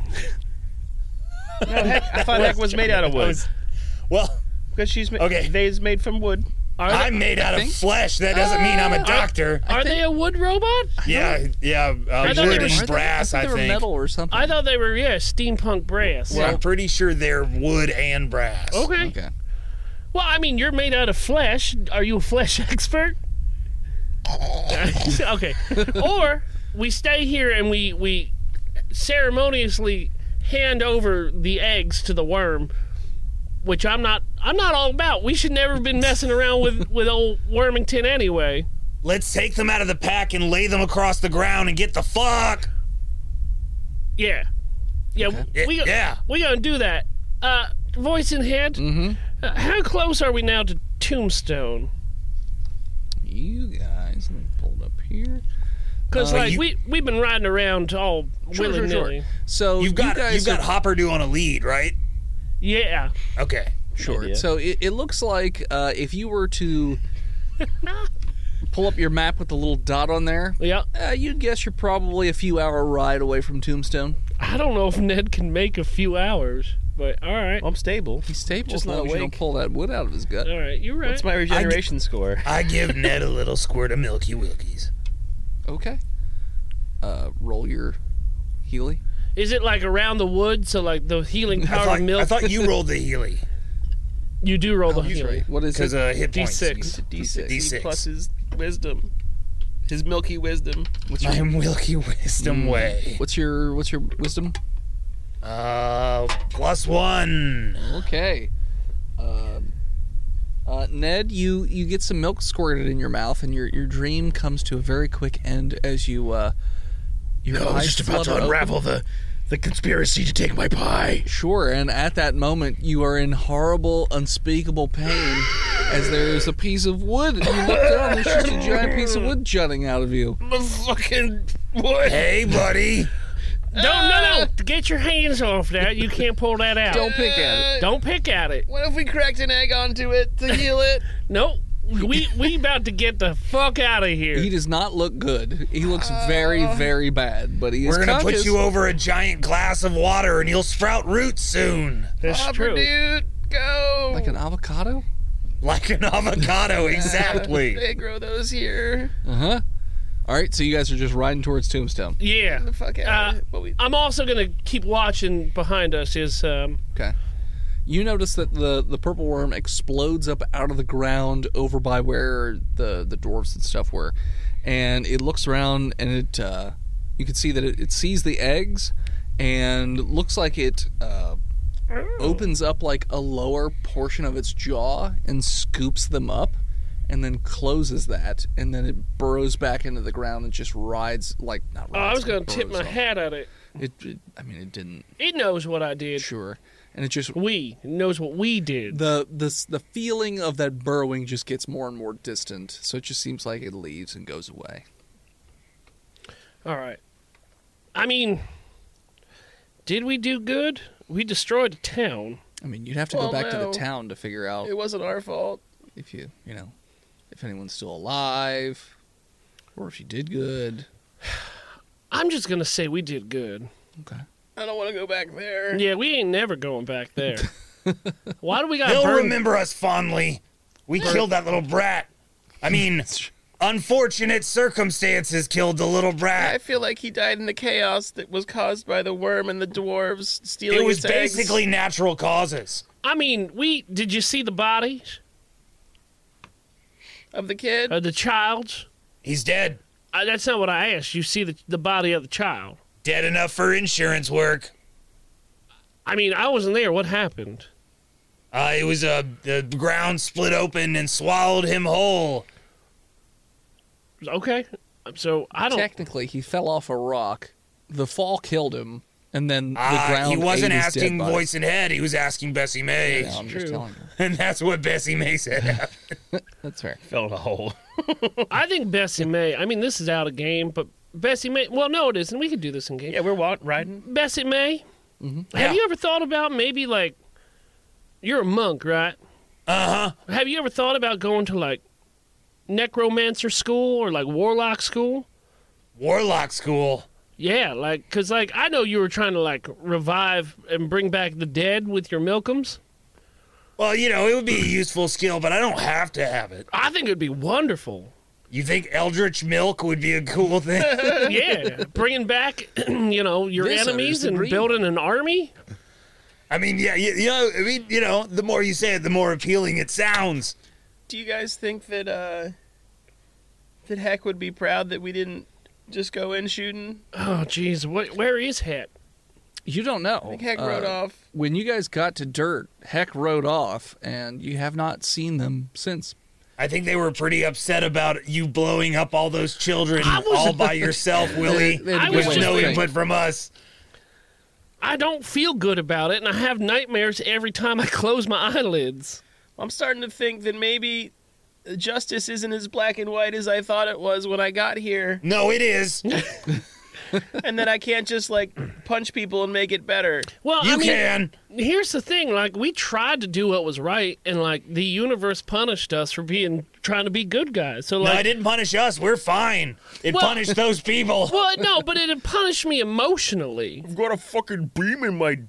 Speaker 2: No, heck, I thought heck was made out of
Speaker 4: I
Speaker 2: wood.
Speaker 4: was- *laughs* well,
Speaker 2: because she's ma-
Speaker 4: okay.
Speaker 2: They's made from wood.
Speaker 3: Are
Speaker 4: I'm made out of flesh. That doesn't mean I'm a doctor.
Speaker 3: Are they a wood robot?
Speaker 4: yeah, yeah, uh,
Speaker 3: I thought they
Speaker 4: wood
Speaker 3: were-
Speaker 4: and brass. I think.
Speaker 5: or something.
Speaker 3: I thought they were yeah, steampunk brass.
Speaker 4: Well, I'm pretty sure they're wood and brass.
Speaker 3: Okay. Well, I mean, you're made out of flesh. Are you a flesh *laughs* expert? okay. or we stay here and we we ceremoniously hand over the eggs to the worm, which I'm not I'm not all about. We should never have been messing around with with old Wormington anyway.
Speaker 4: Let's take them out of the pack and lay them across the ground and get the fuck.
Speaker 3: Yeah. Yeah, we go-
Speaker 4: Yeah.
Speaker 3: we gonna do that. Uh, voice in hand. Mm-hmm. Uh, how close are we now to Tombstone?
Speaker 5: You guys, let me pull it up here.
Speaker 3: Because
Speaker 5: Uh,
Speaker 3: like
Speaker 5: you-
Speaker 3: we we've been riding around all
Speaker 5: Sure,
Speaker 3: willy
Speaker 5: sure,
Speaker 3: nilly.
Speaker 5: sure. So
Speaker 4: You've got
Speaker 5: you guys
Speaker 4: you've got
Speaker 5: are-
Speaker 4: Hopperdew on a lead, right?
Speaker 3: Yeah.
Speaker 4: Okay.
Speaker 5: Sure.
Speaker 4: Idea.
Speaker 5: So it, it looks like uh, if you were to pull up your map with the little dot on there,
Speaker 3: yeah,
Speaker 5: uh, you'd guess you're probably a few hour ride away from Tombstone.
Speaker 3: I don't know if Ned can make a few hours, but all right.
Speaker 2: I'm stable.
Speaker 5: He's stable.
Speaker 3: Just
Speaker 5: as long
Speaker 3: not
Speaker 5: as you don't
Speaker 3: awake.
Speaker 5: pull that wood out of his gut.
Speaker 3: All right, you're right.
Speaker 2: What's my regeneration score?
Speaker 4: I give Ned a little squirt of Milky Wilkies.
Speaker 5: Okay. Uh, roll your Healy.
Speaker 3: Is it like around the wood? So like the healing
Speaker 4: I
Speaker 3: power
Speaker 4: thought,
Speaker 3: of milk.
Speaker 4: I thought you rolled the Healy.
Speaker 3: You do roll the
Speaker 5: He's
Speaker 3: healing.
Speaker 5: right. What is
Speaker 4: Because
Speaker 5: it?
Speaker 4: uh, hit points.
Speaker 3: D6.
Speaker 5: E
Speaker 4: D6.
Speaker 7: D6 plus his wisdom, his milky wisdom.
Speaker 5: What's your,
Speaker 4: I'm Wilkie Wisdom Way.
Speaker 5: what's your what's your wisdom?
Speaker 4: Uh, plus one.
Speaker 5: Okay. Um, uh, Ned, you, you get some milk squirted in your mouth, and your, your dream comes to a very quick end as you. Uh, your
Speaker 6: No, I was
Speaker 5: eyes
Speaker 6: just about to
Speaker 5: flutter open.
Speaker 6: unravel the the conspiracy to take my pie.
Speaker 5: Sure, and at that moment, you are in horrible, unspeakable pain as there is a piece of wood. You look down, there's just a giant piece of wood jutting out of you.
Speaker 6: The fucking what?
Speaker 4: *laughs* Hey, buddy.
Speaker 3: Don't
Speaker 5: Ah!
Speaker 3: no no. Get your hands off that. You can't pull that out.
Speaker 5: Don't pick at it.
Speaker 3: Don't pick at it.
Speaker 7: What if we cracked an egg onto it to heal it? *laughs*
Speaker 3: No. We we about to get the fuck out of here.
Speaker 5: He does not look good. He looks very, very bad, but he is
Speaker 4: We're gonna
Speaker 5: conscious.
Speaker 4: put you over a giant glass of water, and you'll sprout roots soon,
Speaker 3: That's true.
Speaker 7: dude, go.
Speaker 5: Like an avocado?
Speaker 7: *laughs*
Speaker 4: like an *laughs* avocado. Exactly.
Speaker 7: They grow those here.
Speaker 5: Uh huh. All right, so you guys are just riding towards Tombstone.
Speaker 3: Yeah. Uh, I'm also gonna keep watching behind us. Is um,
Speaker 5: okay. You notice that the the purple worm explodes up out of the ground over by where uh, the the dwarves and stuff were, and it looks around and it uh, you can see that it, it sees the eggs and looks like it uh,
Speaker 4: Oh.
Speaker 5: opens up like a lower portion of its jaw and scoops them up and then closes that and then it burrows back into the ground and just rides like not
Speaker 3: oh,
Speaker 5: rides,
Speaker 3: I was
Speaker 5: but
Speaker 3: gonna tip my
Speaker 5: burrows up.
Speaker 3: hat at it.
Speaker 5: It, it I mean it didn't
Speaker 3: It knows what I did.
Speaker 5: Sure. and it just
Speaker 3: we knows what we did.
Speaker 5: The the the feeling of that burrowing just gets more and more distant, so it just seems like it leaves and goes away.
Speaker 3: All right. I mean, did we do good? We destroyed a town.
Speaker 5: I mean, you'd have to go
Speaker 7: Well,
Speaker 5: back to
Speaker 7: no.
Speaker 5: the town to figure out
Speaker 7: It wasn't our fault.
Speaker 5: if you you know if anyone's still alive or if you did good.
Speaker 3: I'm just gonna say we did good.
Speaker 5: Okay.
Speaker 7: I don't want to go back there.
Speaker 3: Yeah, we ain't never going back there. Why do we got?
Speaker 4: They'll
Speaker 3: burned?
Speaker 4: remember us fondly. We killed that little brat. I mean, unfortunate circumstances killed the little brat.
Speaker 7: I feel like he died in the chaos that was caused by the worm and the dwarves stealing
Speaker 4: It was
Speaker 7: his eggs.
Speaker 4: basically natural causes.
Speaker 3: I mean, we did you see the bodies
Speaker 7: of the kid
Speaker 3: of the child?
Speaker 4: He's dead.
Speaker 3: Uh, that's not what I asked. You see the the body of the child.
Speaker 4: Dead enough for insurance work.
Speaker 3: I mean, I wasn't there. What happened?
Speaker 4: Uh, it was uh, the ground split open and swallowed him whole.
Speaker 3: Okay. So I don't.
Speaker 5: Technically, he fell off a rock. The fall killed him, and then
Speaker 4: Ah,
Speaker 5: the ground.
Speaker 4: he wasn't
Speaker 5: ate his dead
Speaker 4: asking
Speaker 5: body.
Speaker 4: voice and head. He was asking Bessie May.
Speaker 5: Yeah, I'm just True. telling
Speaker 4: *laughs* And that's what Bessie May said. *laughs*
Speaker 5: That's fair.
Speaker 4: Fell in a hole.
Speaker 3: I think Bessie May. I mean, this is out of game, but Bessie May. Well, no, it isn't. We could do this in game. Yeah,
Speaker 2: we're walk, riding.
Speaker 3: Bessie May. Have you ever thought about maybe like you're a monk, right?
Speaker 4: Uh
Speaker 3: huh. Have you ever thought about going to like necromancer school or like warlock school?
Speaker 4: Warlock school.
Speaker 3: Yeah, like because like I know you were trying to like revive and bring back the dead with your milkums.
Speaker 4: Well, you know, it would be a useful skill, but I don't have to have it.
Speaker 3: I think it would be wonderful.
Speaker 4: You think Eldritch Milk would be a cool thing?
Speaker 3: yeah, bringing back *clears throat* you know your
Speaker 4: This is
Speaker 3: enemies
Speaker 4: the
Speaker 3: and
Speaker 4: green
Speaker 3: building an army.
Speaker 4: I mean, yeah, you, you know, I mean, you know, the more you say it, the more appealing it sounds.
Speaker 7: Do you guys think that uh that Heck would be proud that we didn't just go in shooting?
Speaker 3: Oh, jeez, what? Where is Heck?
Speaker 5: You don't know. I
Speaker 7: think
Speaker 4: Uh,
Speaker 7: Heck rode off.
Speaker 5: When you guys got to Dirt, Heck rode off, and you have not seen them since.
Speaker 4: I think they were pretty upset about you blowing up all those children
Speaker 3: I was-
Speaker 4: all by yourself, Willie,
Speaker 3: They- they had to
Speaker 4: with
Speaker 3: go
Speaker 4: no
Speaker 3: away.
Speaker 4: input from us.
Speaker 3: I don't feel good about it, and I have nightmares every time I *laughs* close my eyelids.
Speaker 7: I'm starting to think that maybe justice isn't as black and white as I thought it was when I got here.
Speaker 4: No, it is.
Speaker 7: and that I can't just like punch people and make it better.
Speaker 3: Well, I mean, Here's the thing: like we tried to do what was right, and like the universe punished us for being trying to be good guys. So like,
Speaker 4: no, it didn't punish us. We're fine. It
Speaker 3: Well-
Speaker 4: punished those people.
Speaker 3: Well, no, but it punished me emotionally. *laughs*
Speaker 2: I've got a fucking beam in my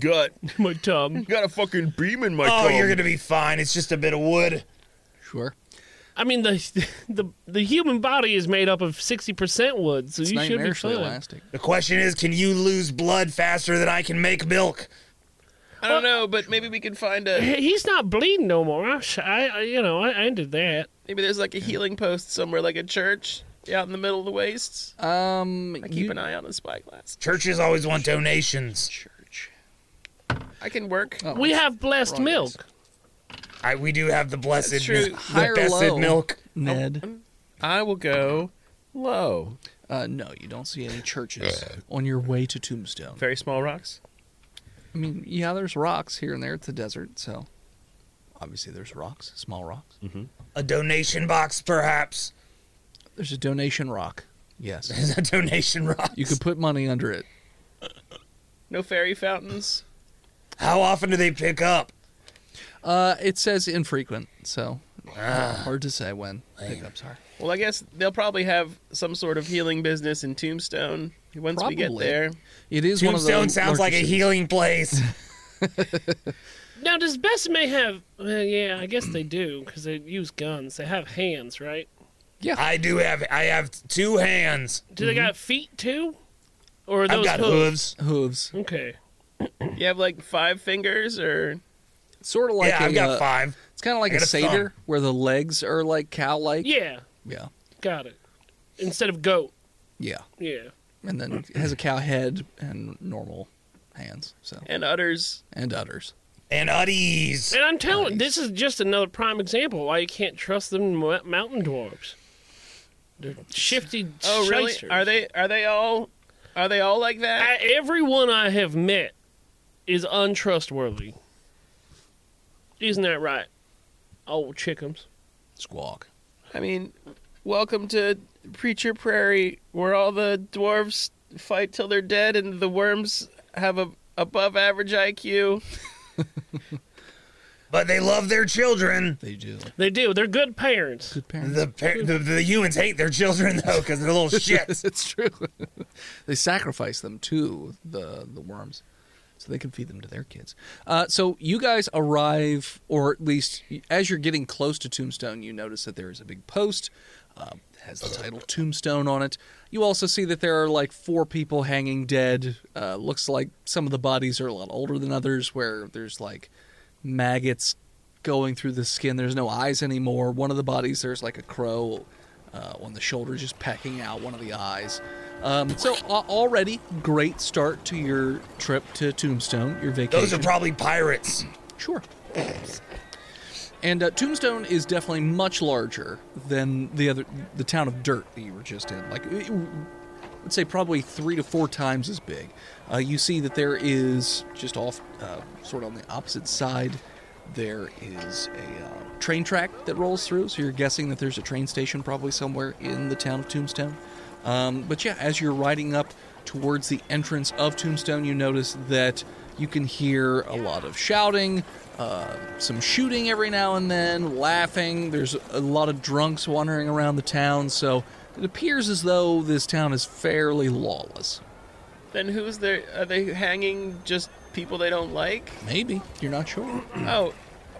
Speaker 2: gut.
Speaker 3: My tum.
Speaker 2: got a fucking beam in my
Speaker 4: *laughs* oh,
Speaker 2: tum.
Speaker 4: you're gonna be fine. It's just a bit of wood.
Speaker 5: Sure.
Speaker 3: I mean, the the the human body is made up of sixty percent wood, so you should be fine.
Speaker 4: The question is, can you lose blood faster than I can make milk?
Speaker 7: I don't know, but maybe we can find a
Speaker 3: Hey, He's not bleeding no more. I, sh- I, I- you know, I ended that.
Speaker 7: maybe there's like a healing post somewhere, like a church out in the middle of the wastes.
Speaker 5: Um,
Speaker 7: I keep
Speaker 5: you-
Speaker 7: an eye on the spyglass.
Speaker 4: Churches always want donations.
Speaker 7: I can work.
Speaker 4: Oh,
Speaker 3: we have blessed milk.
Speaker 4: I, we do have the blessed,
Speaker 7: That's true.
Speaker 4: mil-
Speaker 7: High
Speaker 4: the
Speaker 7: or
Speaker 4: blessed
Speaker 7: low?
Speaker 4: milk.
Speaker 5: Ned.
Speaker 2: I will go low.
Speaker 5: Uh, no, you don't see any churches on your way to Tombstone.
Speaker 2: Very small rocks.
Speaker 5: I mean, yeah, there's rocks here and there. It's a desert, so obviously there's rocks, small rocks. Mm-hmm.
Speaker 4: A donation box, perhaps. *laughs*
Speaker 5: There's a donation rock. Yes.
Speaker 4: There's a donation rock.
Speaker 5: You could put money under it.
Speaker 7: No fairy fountains.
Speaker 4: How often do they pick up?
Speaker 5: Uh, it says infrequent, so hard to say when pickups are.
Speaker 7: Well, I guess they'll probably have some sort of healing business in Tombstone once we get
Speaker 5: Probably.
Speaker 7: there.
Speaker 5: It is one of the
Speaker 4: Tombstone sounds
Speaker 5: larger
Speaker 4: like a
Speaker 5: cities.
Speaker 4: healing place. *laughs*
Speaker 3: Now, does Bessemer have? Well, yeah, I guess they do because they use guns. They have hands, right?
Speaker 5: Yeah.
Speaker 4: I do have I have two hands.
Speaker 3: Do they got feet too? Or are
Speaker 4: I've
Speaker 3: those
Speaker 4: got
Speaker 3: hooves?
Speaker 5: Hooves.
Speaker 3: Okay.
Speaker 7: You have like five fingers, or
Speaker 5: sort of like uh,
Speaker 7: Yeah,
Speaker 5: i
Speaker 7: I've got five.
Speaker 5: It's kind of like
Speaker 7: I
Speaker 5: a
Speaker 7: got a
Speaker 5: satyr
Speaker 7: thumb.
Speaker 5: where the legs are like cow-like.
Speaker 3: Yeah,
Speaker 5: Yeah.
Speaker 3: got it. Instead of goat.
Speaker 5: Yeah.
Speaker 3: Yeah.
Speaker 5: And then it has a cow head and normal hands. So
Speaker 7: and udders
Speaker 5: and udders
Speaker 4: and uddies.
Speaker 3: And I'm telling, this is just another prime example why you can't trust them mo- mountain dwarves. They're shifty.
Speaker 7: Oh, really?
Speaker 3: shysters.
Speaker 7: Are they? Are they all? Are they all like that?
Speaker 3: I, everyone I have met is untrustworthy. Isn't that right? Old chickums.
Speaker 5: Squawk.
Speaker 7: I mean, welcome to Preacher Prairie, where all the dwarves fight till they're dead, and the worms have a above average IQ.
Speaker 4: But they love their children.
Speaker 5: They do.
Speaker 3: They do. They're good parents. Good
Speaker 5: parents.
Speaker 4: The, par- the, the humans hate their children though because they're
Speaker 5: *laughs*
Speaker 4: little shits.
Speaker 5: it's true. they sacrifice them to the the worms, so they can feed them to their kids. Uh, so you guys arrive, or at least as you're getting close to Tombstone, you notice that there is a big post. Uh, that has the title Tombstone on it. You also see that there are like four people hanging dead. Uh, looks like some of the bodies are a lot older than others, where there's like maggots going through the skin. There's no eyes anymore. One of the bodies, there's like a crow uh, on the shoulder, just pecking out one of the eyes. Um, so a- already, great start to your trip to Tombstone, your vacation.
Speaker 4: Those are probably pirates.
Speaker 5: Sure. And uh, Tombstone is definitely much larger than the other, the town of Dirt that you were just in. Like, it- I'd say probably three to four times as big. Uh, you see that there is just off, uh, sort of on the opposite side, there is a uh, train track that rolls through. So you're guessing that there's a train station probably somewhere in the town of Tombstone. Um, but yeah, as you're riding up towards the entrance of Tombstone, you notice that you can hear a lot of shouting, uh, some shooting every now and then, laughing. There's a lot of drunks wandering around the town, so it appears as though this town is fairly lawless.
Speaker 7: Then who's there? Are they hanging just people they don't like?
Speaker 5: Maybe. You're not sure. *laughs*
Speaker 7: Oh,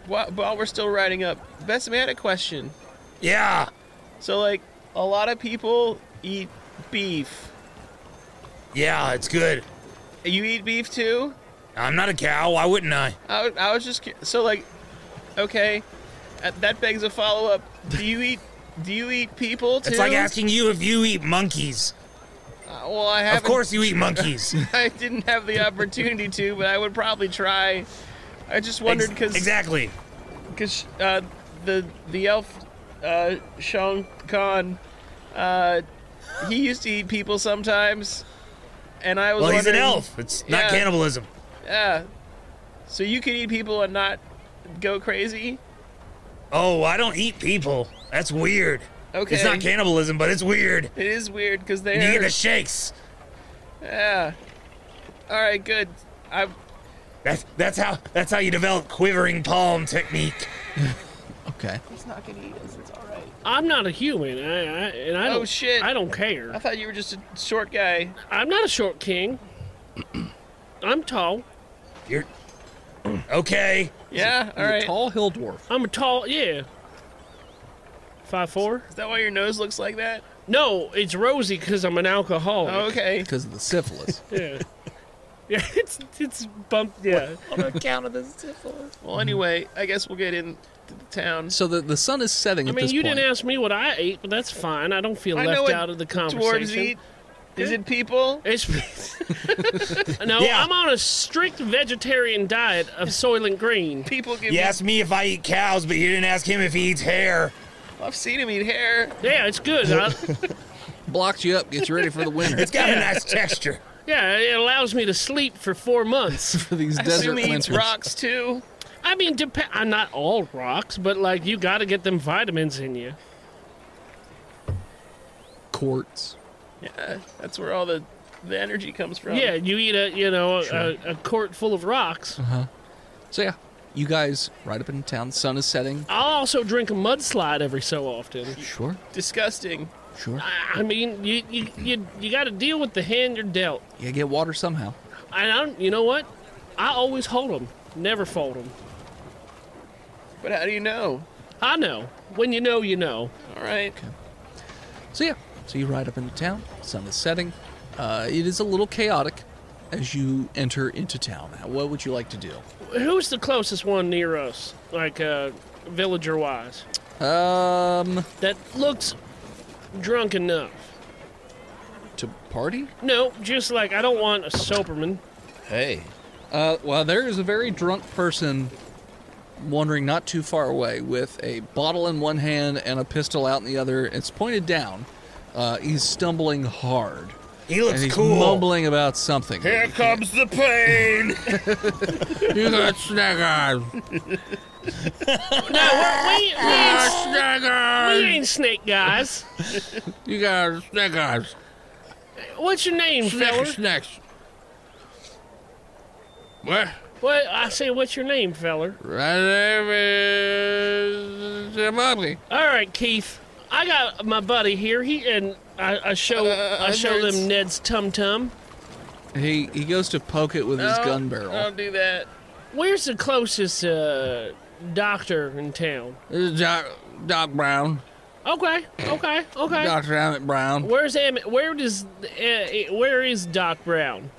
Speaker 7: while, while we're still riding up, best man, a question.
Speaker 4: Yeah.
Speaker 7: So like, a lot of people eat beef.
Speaker 4: Yeah, it's good.
Speaker 7: You eat beef too?
Speaker 4: I'm not a cow. Why wouldn't I?
Speaker 7: I, was- I was just cu- so like, okay, uh, that begs a follow up. Do you eat? Do you eat people too?
Speaker 4: It's like asking you if you eat monkeys.
Speaker 7: Uh, well, I have.
Speaker 4: Of course you eat monkeys.
Speaker 7: *laughs* I didn't have the opportunity to, but I would probably try. I just wondered because
Speaker 4: exactly
Speaker 7: because uh, the the elf uh, Shang Khan, uh, he used to eat people sometimes, and I was.
Speaker 4: Well, he's an
Speaker 7: wondering-
Speaker 4: elf. It's not
Speaker 7: Yeah.
Speaker 4: cannibalism.
Speaker 7: Yeah. So you could eat people and not go crazy.
Speaker 4: Oh, I don't eat people. That's weird.
Speaker 7: Okay.
Speaker 4: It's not cannibalism, but it's weird.
Speaker 7: It is weird because they
Speaker 4: And you
Speaker 7: are
Speaker 4: get the shakes.
Speaker 7: Yeah. All right, good. I
Speaker 4: That's that's how that's how you develop quivering palm technique.
Speaker 5: okay.
Speaker 7: He's not gonna eat us. It's all right.
Speaker 3: I'm not a human, I, I, and I
Speaker 7: Oh,
Speaker 3: don't.
Speaker 7: shit.
Speaker 3: I don't care.
Speaker 7: I thought you were just a short guy.
Speaker 3: I'm not a short king. *clears throat* I'm tall.
Speaker 4: You're okay.
Speaker 7: Yeah. All right.
Speaker 5: Tall hill dwarf.
Speaker 3: I'm a tall. Yeah. Five four.
Speaker 7: Is that why your nose looks like that?
Speaker 3: No, it's rosy because I'm an alcoholic.
Speaker 7: Oh, okay.
Speaker 5: Because of the syphilis.
Speaker 3: Yeah. *laughs* Yeah, it's it's bumped. Yeah.
Speaker 7: On account of the syphilis. Well, anyway, I guess we'll get into the town.
Speaker 5: So the, the sun is setting
Speaker 3: I
Speaker 5: at
Speaker 3: mean,
Speaker 5: this
Speaker 3: you
Speaker 5: point.
Speaker 3: didn't ask me what I ate, but that's fine. I don't feel
Speaker 7: I know
Speaker 3: left
Speaker 7: what
Speaker 3: out of the
Speaker 7: Dwarves
Speaker 3: conversation.
Speaker 7: eat. Is it people?
Speaker 3: *laughs*
Speaker 5: *laughs*
Speaker 3: It's no,
Speaker 4: Yeah.
Speaker 3: I'm on a strict vegetarian diet of Soylent Green.
Speaker 7: People give
Speaker 4: You asked me if I eat cows, but you didn't ask him if he eats hair.
Speaker 7: I've seen him eat hair.
Speaker 3: Yeah, it's good. I,
Speaker 5: Blocks you up, gets
Speaker 3: *laughs*
Speaker 5: you ready for the winter.
Speaker 4: It's got a nice
Speaker 5: *laughs*
Speaker 4: texture.
Speaker 3: yeah, it allows me to sleep for four months.
Speaker 1: *laughs*
Speaker 5: for these
Speaker 7: I
Speaker 5: desert
Speaker 7: assume he eats
Speaker 5: winters.
Speaker 7: rocks too.
Speaker 3: I mean, depend. I'm not all rocks, but like you got to get them vitamins in you.
Speaker 5: Quartz.
Speaker 7: Yeah, Uh, that's where all the the energy comes from.
Speaker 3: Yeah, you eat a you know a, a quart full of rocks.
Speaker 5: So yeah, you guys right up in town. The sun is setting.
Speaker 3: I'll also drink a mudslide every so often.
Speaker 5: Sure,
Speaker 7: Disgusting.
Speaker 5: sure.
Speaker 3: I mean, you you you, you got to deal with the hand you're dealt.
Speaker 5: You get water somehow.
Speaker 3: And I don't, you know what? I always hold them, never fold them.
Speaker 7: But how do you know?
Speaker 3: I know. When you know, you know.
Speaker 7: All right.
Speaker 5: So yeah, so you ride up into town. Sun is setting. Uh, it is a little chaotic as you enter into town. How- What would you like to do?
Speaker 3: Who's the closest one near us? Like, uh, villager wise? Uh,
Speaker 5: Um.
Speaker 3: That looks drunk enough.
Speaker 5: To party?
Speaker 3: No, just like, I don't want a soberman.
Speaker 5: Hey. Uh, well, there is a very drunk person wandering not too far away with a bottle in one hand and a pistol out in the other. It's pointed down. Uh, he's stumbling hard.
Speaker 4: He looks
Speaker 5: and he's
Speaker 4: cool.
Speaker 5: mumbling about something.
Speaker 6: Here comes the pain.
Speaker 5: you got snaggered.
Speaker 3: no, we, we, ain't, we ain't snake guys.
Speaker 1: You got snaggered.
Speaker 3: What's your name, fella?
Speaker 1: Snacks, snacks. What?
Speaker 3: What I say? What's your name, feller?
Speaker 1: My name is Zimbabwe.
Speaker 3: All right, Keith. I got my buddy here. He and I, I show I show
Speaker 7: nerds.
Speaker 3: them Ned's tum tum.
Speaker 5: He he goes to poke it with his
Speaker 3: No,
Speaker 5: gun barrel.
Speaker 3: no.
Speaker 7: Don't do that.
Speaker 3: Where's the closest uh, doctor in town?
Speaker 1: This is Doc, Doc Brown.
Speaker 3: Okay, okay, okay.
Speaker 1: Dr. Emmett Brown.
Speaker 3: Where's Emmett? Where does uh, where is Doc Brown?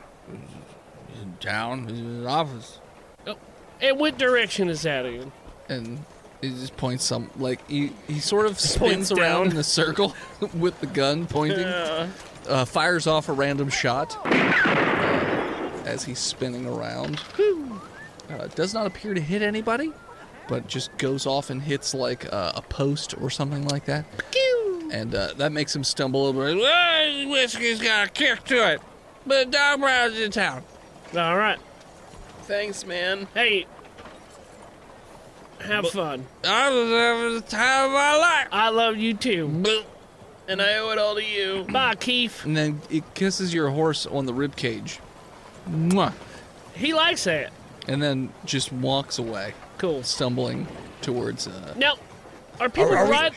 Speaker 1: In town. He's in his office.
Speaker 3: And what direction is that in?
Speaker 5: and he just points some like he, he sort of spins
Speaker 3: Points
Speaker 5: around
Speaker 3: down.
Speaker 5: in a circle *laughs* with the gun pointing
Speaker 3: Yeah.
Speaker 5: uh, fires off a random shot uh, as he's spinning around uh, does not appear to hit anybody but just goes off and hits like uh, a post or something like that and uh, that makes him stumble over
Speaker 1: Well, whiskey's got a kick to it. But Doc Brown's in town.
Speaker 3: All right.
Speaker 7: Thanks, man.
Speaker 3: Hey. Have fun.
Speaker 1: I was having the time of my life.
Speaker 3: I love you too.
Speaker 7: And I owe it all to you.
Speaker 3: Bye, Keith.
Speaker 5: and then it kisses your horse on the rib cage Mwah.
Speaker 3: He likes that.
Speaker 5: and then just walks away
Speaker 3: cool
Speaker 5: stumbling towards uh,
Speaker 3: Now, are people
Speaker 5: Are we-
Speaker 3: ride?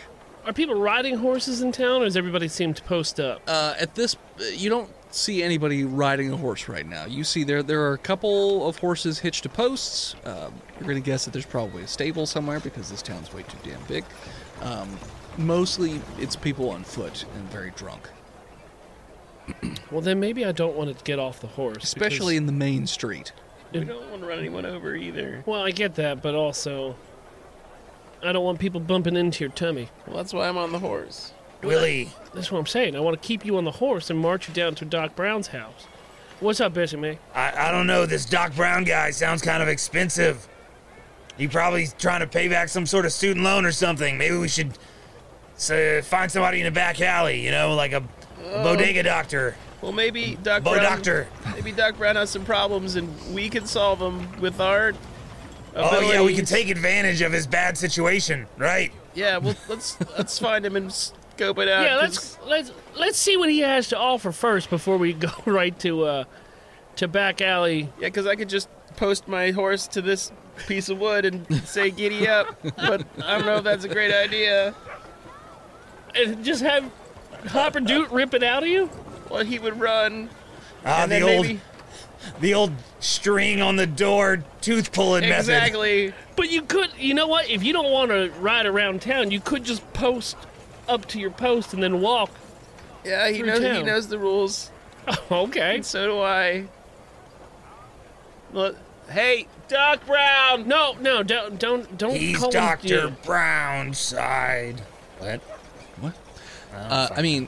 Speaker 3: Are people riding horses in town, or does everybody seem to post up?
Speaker 5: uh, at this you don't see anybody riding a horse right now you see there there are a couple of horses hitched to posts um, you're gonna guess that there's probably a stable somewhere because this town's way too damn big um, mostly it's people on foot and very drunk
Speaker 3: Well, then maybe I don't want to get off the horse,
Speaker 5: especially in the main street
Speaker 3: We
Speaker 7: don't want to run anyone over either.
Speaker 3: Well, I get that, but also, I don't want people bumping into your tummy.
Speaker 7: Well, that's why I'm on the horse.
Speaker 4: *laughs* Willie.
Speaker 3: That's what I'm saying. I want to keep you on the horse and march you down to Doc Brown's house. What's up, Bishop man?
Speaker 4: I, I don't know. This Doc Brown guy sounds kind of expensive. He probably's trying to pay back some sort of student loan or something. Maybe we should say, find somebody in a back alley, you know, like a, a bodega doctor.
Speaker 7: Well, maybe Doc
Speaker 4: Mm. Bo
Speaker 7: Oh. Brown.
Speaker 4: Doctor.
Speaker 7: Maybe Doc Brown has some problems, and we can solve them with our.
Speaker 4: Oh, yeah, we can
Speaker 7: abilities.
Speaker 4: take advantage of his bad situation, right?
Speaker 7: Yeah, well, let's let's find him and scope it out.
Speaker 3: yeah,
Speaker 7: 'cause
Speaker 3: let's let's let's see what he has to offer first before we *laughs* go right to uh to back alley.
Speaker 7: yeah, because I could just post my horse to this piece of wood and say giddy up, but I don't know if that's a great idea.
Speaker 3: And just have Hopper Dude rip it out of you.
Speaker 7: Well, he would run.
Speaker 4: Ah,
Speaker 7: and
Speaker 4: the
Speaker 7: then
Speaker 4: old,
Speaker 7: maybe-
Speaker 4: the old string on the door tooth pulling method.
Speaker 7: Exactly.
Speaker 3: But you could, you know what? If you don't want to ride around town, you could just post up to your post and then walk. *laughs*
Speaker 7: Yeah, he
Speaker 3: Through
Speaker 7: knows he
Speaker 3: town.
Speaker 7: knows the rules.
Speaker 3: okay.
Speaker 7: And so do I. Look, hey,
Speaker 3: Doc Brown. No, no, don't, don't, don't
Speaker 4: He's
Speaker 3: call
Speaker 4: Doctor
Speaker 3: him.
Speaker 4: Brownside. What?
Speaker 5: what
Speaker 3: Oh,
Speaker 5: uh, i mean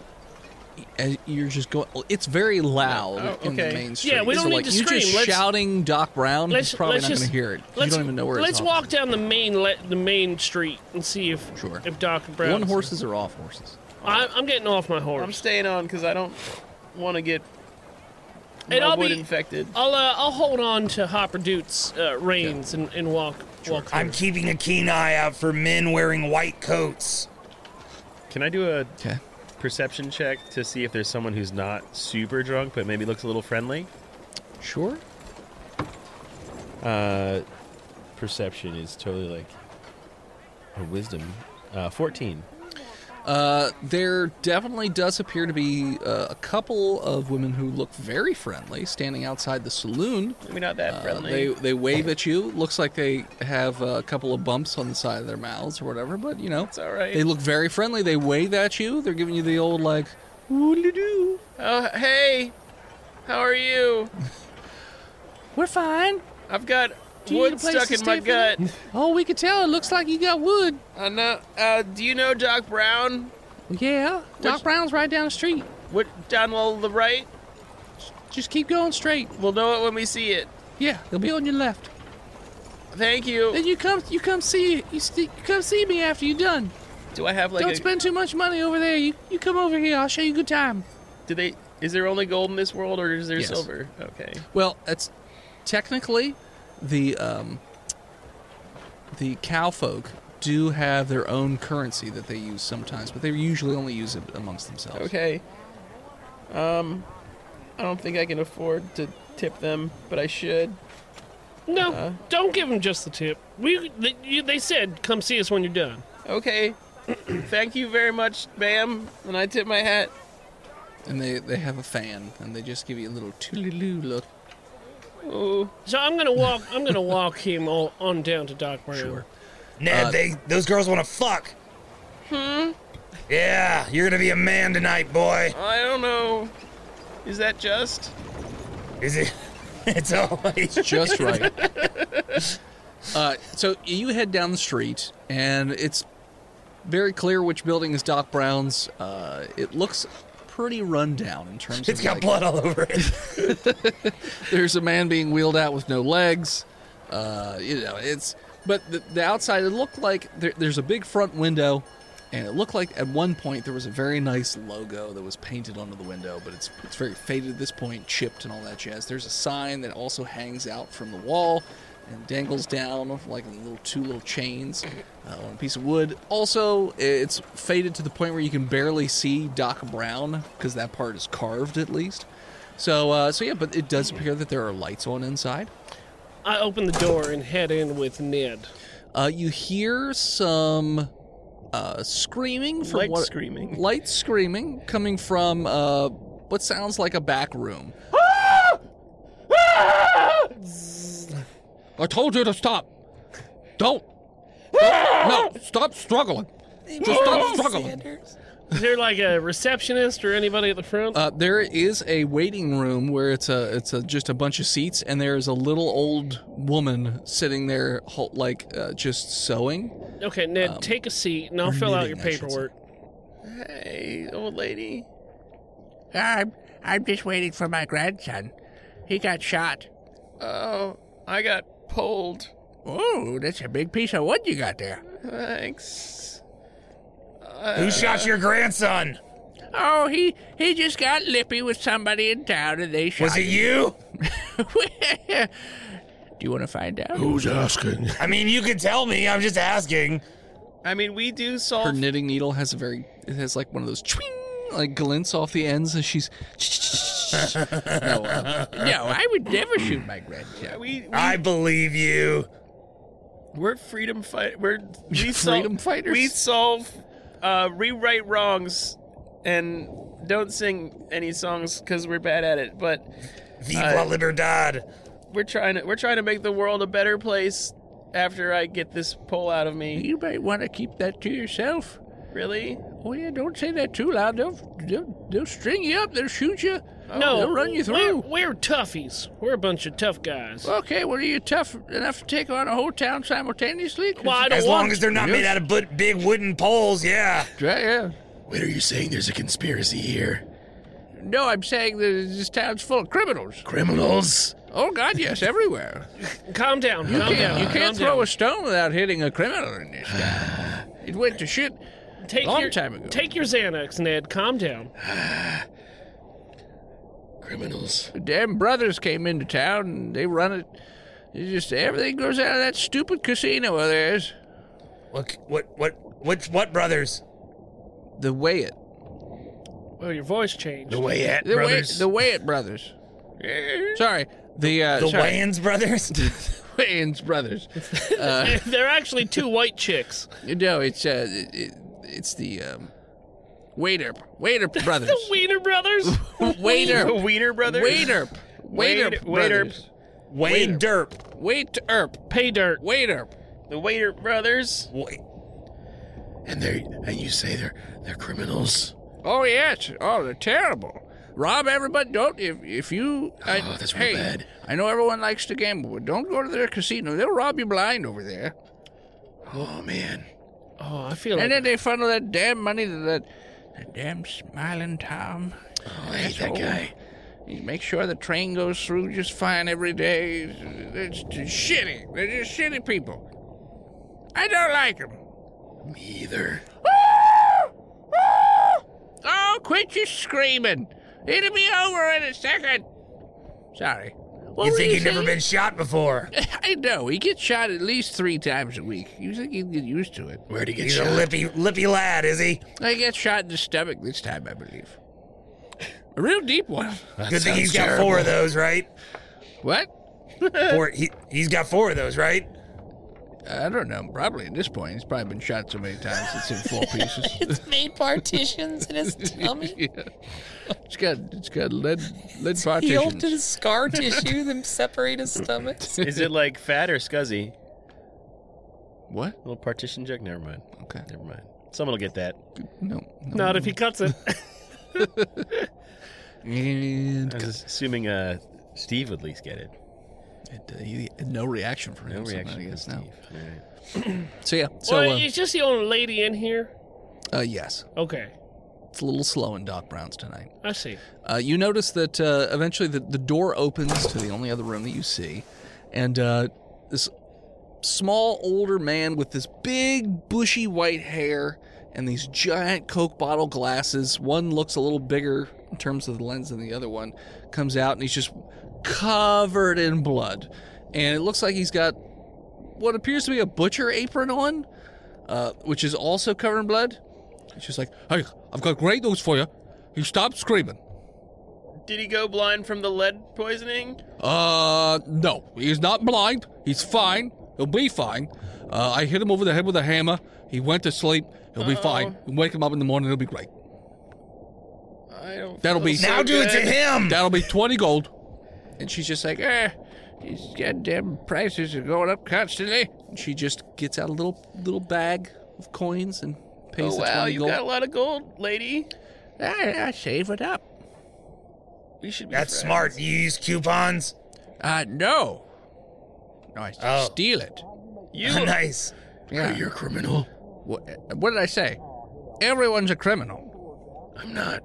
Speaker 5: as you're just going it's very loud
Speaker 3: Oh,
Speaker 5: in the
Speaker 3: okay.
Speaker 5: main
Speaker 3: Yeah,
Speaker 5: street
Speaker 3: we don't
Speaker 5: so,
Speaker 3: need
Speaker 5: like,
Speaker 3: to
Speaker 5: you're just
Speaker 3: scream. Let's-
Speaker 5: shouting doc brown
Speaker 3: Let's-
Speaker 5: he's probably
Speaker 3: let's
Speaker 5: not
Speaker 3: just-
Speaker 5: gonna hear it you
Speaker 3: let's-
Speaker 5: don't even know where
Speaker 3: Let's
Speaker 5: it's
Speaker 3: walk down the main le- the main street and see if
Speaker 5: Sure.
Speaker 3: if Doc Brown.
Speaker 5: one horses are off horses
Speaker 3: I, I'm getting off my horse.
Speaker 7: I'm staying on because I don't want to get
Speaker 3: And
Speaker 7: my
Speaker 3: I'll
Speaker 7: wood
Speaker 3: be-
Speaker 7: infected.
Speaker 3: I'll uh, I'll hold on to Hopper Dude's uh, reins and, and walk walk.
Speaker 4: I'm
Speaker 3: through.
Speaker 4: keeping a keen eye out for men wearing white coats.
Speaker 2: Can I do a perception check to see if there's someone who's not super drunk but maybe looks a little friendly?
Speaker 5: Sure.
Speaker 2: Uh, perception is totally like a wisdom. Uh, 14.
Speaker 5: Uh, there definitely does appear to be uh, a couple of women who look very friendly standing outside the saloon.
Speaker 7: Maybe not
Speaker 4: Uh,
Speaker 7: that friendly.
Speaker 5: They they wave at you. Looks like they have a couple of bumps on the side of their mouths or whatever, but you know, it's
Speaker 7: all right.
Speaker 5: They look very friendly. They wave at you. They're giving you the old like, "Whoop-de-doo."
Speaker 7: Oh, hey, how are you?
Speaker 10: We're fine.
Speaker 7: I've got
Speaker 10: Do you need a
Speaker 7: wood
Speaker 10: place
Speaker 7: stuck
Speaker 10: to
Speaker 7: in
Speaker 10: stay
Speaker 7: my
Speaker 10: for
Speaker 7: gut.
Speaker 10: the- Oh, we could tell. It looks like you got wood.
Speaker 7: I know. Uh, do you know Doc Brown?
Speaker 10: Yeah. Doc Brown's right down the street.
Speaker 7: What down well the right?
Speaker 10: Just keep going straight.
Speaker 7: We'll know it when we see it.
Speaker 10: Yeah, he'll be on your left.
Speaker 7: Thank you.
Speaker 10: Then you come, you come see, you, st- you come see me after you're done.
Speaker 7: Do I have like
Speaker 10: Don't
Speaker 7: a?
Speaker 10: spend too much money over there. You, you come over here. I'll show you a good time.
Speaker 7: do they? Is there only gold in this world, or is there
Speaker 5: Yes.
Speaker 7: silver? Okay.
Speaker 5: Well, it's technically the um, the cowfolk do have their own currency that they use sometimes, but they usually only use it amongst themselves.
Speaker 7: Okay. Um, I don't think I can afford to tip them, but I should.
Speaker 3: No,
Speaker 10: Uh-huh.
Speaker 7: Uh,
Speaker 3: don't give them just the tip. We they, you, they said come see us when you're done.
Speaker 7: Okay. *clears throat* Thank you very much, ma'am. And I tip my hat.
Speaker 5: And they, they have a fan, and they just give you a little toodaloo look.
Speaker 3: Oh. So I'm gonna walk. I'm
Speaker 10: *laughs*
Speaker 3: gonna walk him all on down to Doc Brown. Sure.
Speaker 4: Ned, they those girls want to fuck.
Speaker 7: Uh, Hmm.
Speaker 4: Yeah, you're gonna be a man tonight, boy.
Speaker 7: I don't know. Is that just?
Speaker 4: Is it? *laughs* It's always *laughs*
Speaker 7: *laughs*
Speaker 5: It's just right. *laughs* Uh, so you head down the street, and it's very clear which building is Doc Brown's. Uh, it looks pretty rundown in terms.
Speaker 4: It's
Speaker 5: of
Speaker 4: got
Speaker 5: like-
Speaker 4: blood all over it.
Speaker 5: There's a man being wheeled out with no legs. Uh, you know, it's but the, the outside it looked like there, there's a big front window, and it looked like at one point there was a very nice logo that was painted onto the window, but it's it's very faded at this point, chipped and all that jazz. There's a sign that also hangs out from the wall and dangles down with, like little two little chains uh, on a piece of wood. Also, it's faded to the point where you can barely see Doc Brown because that part is carved at least. So, uh, so yeah, but it does appear that there are lights on inside.
Speaker 3: I open the door and head in with Ned.
Speaker 5: Uh, you hear some uh, screaming from
Speaker 3: Light
Speaker 5: what,
Speaker 3: screaming.
Speaker 5: *laughs* light screaming coming from uh, what sounds like a back room. I told you to stop. Don't.
Speaker 1: Ah!
Speaker 5: No, stop struggling. Just stop struggling.
Speaker 3: Is there like a receptionist or anybody at the front?
Speaker 5: Uh, there is a waiting room where it's a it's a, just a bunch of seats, and there is a little old woman sitting there, hol- like uh, just sewing.
Speaker 3: okay, Ned,
Speaker 10: um,
Speaker 3: take a seat and I'll
Speaker 5: or
Speaker 3: fill out your
Speaker 5: knitting, I should say.
Speaker 3: paperwork.
Speaker 7: Hey, old lady.
Speaker 10: I'm, I'm just waiting for my grandson. He got shot.
Speaker 7: Oh, I got pulled.
Speaker 10: Oh, that's a big piece of wood you got there.
Speaker 7: Thanks.
Speaker 4: Who shot your grandson?
Speaker 10: Oh, he he just got lippy with somebody in town, and they shot.
Speaker 4: Was it you?
Speaker 10: Do you want to find out?
Speaker 6: Who's asking?
Speaker 4: I mean, you can tell me. I'm just asking.
Speaker 7: I mean, we do
Speaker 5: Her
Speaker 7: solve.
Speaker 5: knitting needle has a very it has like one of those twing like glints off the ends as she's. no, uh,
Speaker 10: No, I would never shoot my grandson.
Speaker 7: we, we
Speaker 4: I believe you.
Speaker 7: we're freedom fight. We're we
Speaker 5: Freedom
Speaker 7: solve,
Speaker 5: fighters?
Speaker 7: We solve, uh, rewrite wrongs, and don't sing any songs because we're bad at it. But
Speaker 4: Viva
Speaker 7: Uh,
Speaker 4: Libertad.
Speaker 7: we're trying to we're trying to make the world a better place. After I get this pull out of me,
Speaker 10: You might want to keep that to yourself.
Speaker 7: really?
Speaker 10: Oh yeah, don't say that too loud. They'll they'll, they'll string you up. They'll shoot you. Oh,
Speaker 3: No,
Speaker 10: they'll run you
Speaker 3: we're-
Speaker 10: through.
Speaker 3: We're, toughies. We're a bunch of tough guys.
Speaker 10: Okay, well, are you tough enough to take on a whole town simultaneously? 'Cause-
Speaker 3: Well, I don't
Speaker 4: As
Speaker 3: want
Speaker 4: long as they're not made out of bu- big wooden poles, yeah.
Speaker 10: Yeah, yeah.
Speaker 6: Wait, are you saying there's a conspiracy here?
Speaker 10: No, I'm saying that this town's full of criminals.
Speaker 6: Criminals?
Speaker 10: Oh God, yes,
Speaker 6: *laughs*
Speaker 10: everywhere.
Speaker 3: Calm down.
Speaker 10: You
Speaker 3: calm
Speaker 10: can't,
Speaker 3: down.
Speaker 10: you
Speaker 3: calm
Speaker 10: can't throw
Speaker 3: down.
Speaker 10: a stone without hitting a criminal in this town.
Speaker 6: *sighs*
Speaker 10: it went to shit.
Speaker 3: take
Speaker 10: long
Speaker 3: your,
Speaker 10: time ago.
Speaker 3: Take your Xanax, Ned. Calm down.
Speaker 6: Criminals.
Speaker 10: The damn brothers came into town and they run it. It's just everything goes out of that stupid casino of theirs.
Speaker 4: What? What? What? Which? What brothers?
Speaker 5: the way it.
Speaker 3: Well, your voice changed. *laughs*
Speaker 6: The way at
Speaker 10: The way,
Speaker 6: brothers.
Speaker 10: the Wayat brothers. Sorry, the uh,
Speaker 4: The
Speaker 10: sorry,
Speaker 4: Wayans brothers?
Speaker 10: Wayans brothers. Uh,
Speaker 3: They're actually two white chicks.
Speaker 10: no, it's uh, it, it- it's the um,
Speaker 7: Waiter.
Speaker 6: *laughs*
Speaker 7: Waiter brothers.
Speaker 3: The Wiener Brothers.
Speaker 7: Waiter.
Speaker 1: The Wiener Brothers?
Speaker 7: Waiter.
Speaker 1: Wade-
Speaker 7: Waiter. brothers.
Speaker 4: Wade Derp.
Speaker 7: Wait Erp.
Speaker 3: Pay Dirt.
Speaker 7: Waiter.
Speaker 1: The Waiter Brothers.
Speaker 4: Wait.
Speaker 11: And they and you say they're they're criminals.
Speaker 7: Oh yes. Oh, they're terrible. Rob everybody. Don't if if you. I,
Speaker 11: Oh, that's real
Speaker 7: hey,
Speaker 11: bad.
Speaker 7: I know everyone likes to gamble, but don't go to their casino. They'll rob you blind over there.
Speaker 11: Oh man.
Speaker 3: Oh, I feel
Speaker 7: and
Speaker 3: like
Speaker 7: then they funnel that damn money to that, that damn smiling Tom.
Speaker 11: Oh, I hate that guy.
Speaker 7: You make sure the train goes through just fine every day. It's just shitty. They're just shitty people. I don't like them.
Speaker 11: Me either.
Speaker 7: *laughs* Oh, quit your screaming. It'll be over in a second. Sorry. What
Speaker 4: you
Speaker 7: were
Speaker 4: think you've never
Speaker 7: saying?
Speaker 4: been shot
Speaker 3: *laughs*
Speaker 4: before?
Speaker 7: I know. He gets shot at least three times a week. You think he'd get used to it.
Speaker 11: Where'd he get
Speaker 4: He's
Speaker 11: shot?
Speaker 4: a lippy, lippy lad, is he?
Speaker 7: I got shot in the stomach this time, I believe. A real deep one.
Speaker 11: That
Speaker 4: Good thing
Speaker 11: sounds
Speaker 4: he's got four of
Speaker 11: terrible.
Speaker 4: those, right?
Speaker 7: What?
Speaker 4: Four, he, he's got four of those, right?
Speaker 7: I don't know. Probably at this point, he's probably been shot so many times it's in four pieces.
Speaker 12: Made partitions in his tummy.
Speaker 7: yeah. It's got it's got lead lead
Speaker 12: He opened
Speaker 7: partitions.
Speaker 12: his scar tissue, then separate his stomach.
Speaker 2: Is it like fat or scuzzy?
Speaker 7: *laughs* What?
Speaker 2: little partition joke? Never mind.
Speaker 7: Okay.
Speaker 2: Never mind. Someone will get that.
Speaker 7: No.
Speaker 3: not if he cuts it.
Speaker 7: And
Speaker 2: I was assuming uh, Steve would at least get it.
Speaker 7: And, uh, he- no reaction from
Speaker 2: No
Speaker 7: him.
Speaker 2: reaction
Speaker 7: I
Speaker 2: from
Speaker 7: guess now.
Speaker 2: All right.
Speaker 7: So yeah. So
Speaker 3: well,
Speaker 7: uh,
Speaker 3: it's just the only lady in here.
Speaker 7: uh, yes,
Speaker 3: Okay,
Speaker 5: It's a little slow in Doc Brown's tonight.
Speaker 3: I see.
Speaker 5: Uh, you notice that uh, eventually the, the door opens to the only other room that you see, and uh, this small older man with this big bushy white hair and these giant Coke bottle glasses. One looks a little bigger in terms of the lens than the other one. Comes out and he's just covered in blood, and it looks like he's got what appears to be a butcher apron on, uh, which is also covered in blood. He's just like, "Hey, I've got great news for you. You stop screaming."
Speaker 1: Did he go blind from the lead poisoning?
Speaker 5: Uh, no, he's not blind. He's fine. He'll be fine. Uh, I hit him over the head with a hammer. He went to sleep. He'll be fine. We'll wake him up in the morning. It'll be great.
Speaker 1: I don't.
Speaker 5: That'll be
Speaker 4: Now do it to him.
Speaker 5: That'll be twenty gold.
Speaker 7: and she's just like, eh, these goddamn prices are going up constantly.
Speaker 5: And she just gets out a little little bag of coins and pays
Speaker 1: Oh
Speaker 5: "Ah, the
Speaker 1: wow,
Speaker 5: twenty
Speaker 1: you
Speaker 5: gold.
Speaker 1: got a lot of gold, lady.
Speaker 7: I, I save it up.
Speaker 1: We should be.
Speaker 4: That's
Speaker 1: friends.
Speaker 4: smart. You use coupons.
Speaker 7: Uh, no. No, I
Speaker 4: Oh.
Speaker 7: steal it.
Speaker 1: You
Speaker 4: *laughs* nice.
Speaker 7: Yeah.
Speaker 11: You're a criminal.
Speaker 7: What, what did I say? Everyone's a criminal.
Speaker 11: I'm not.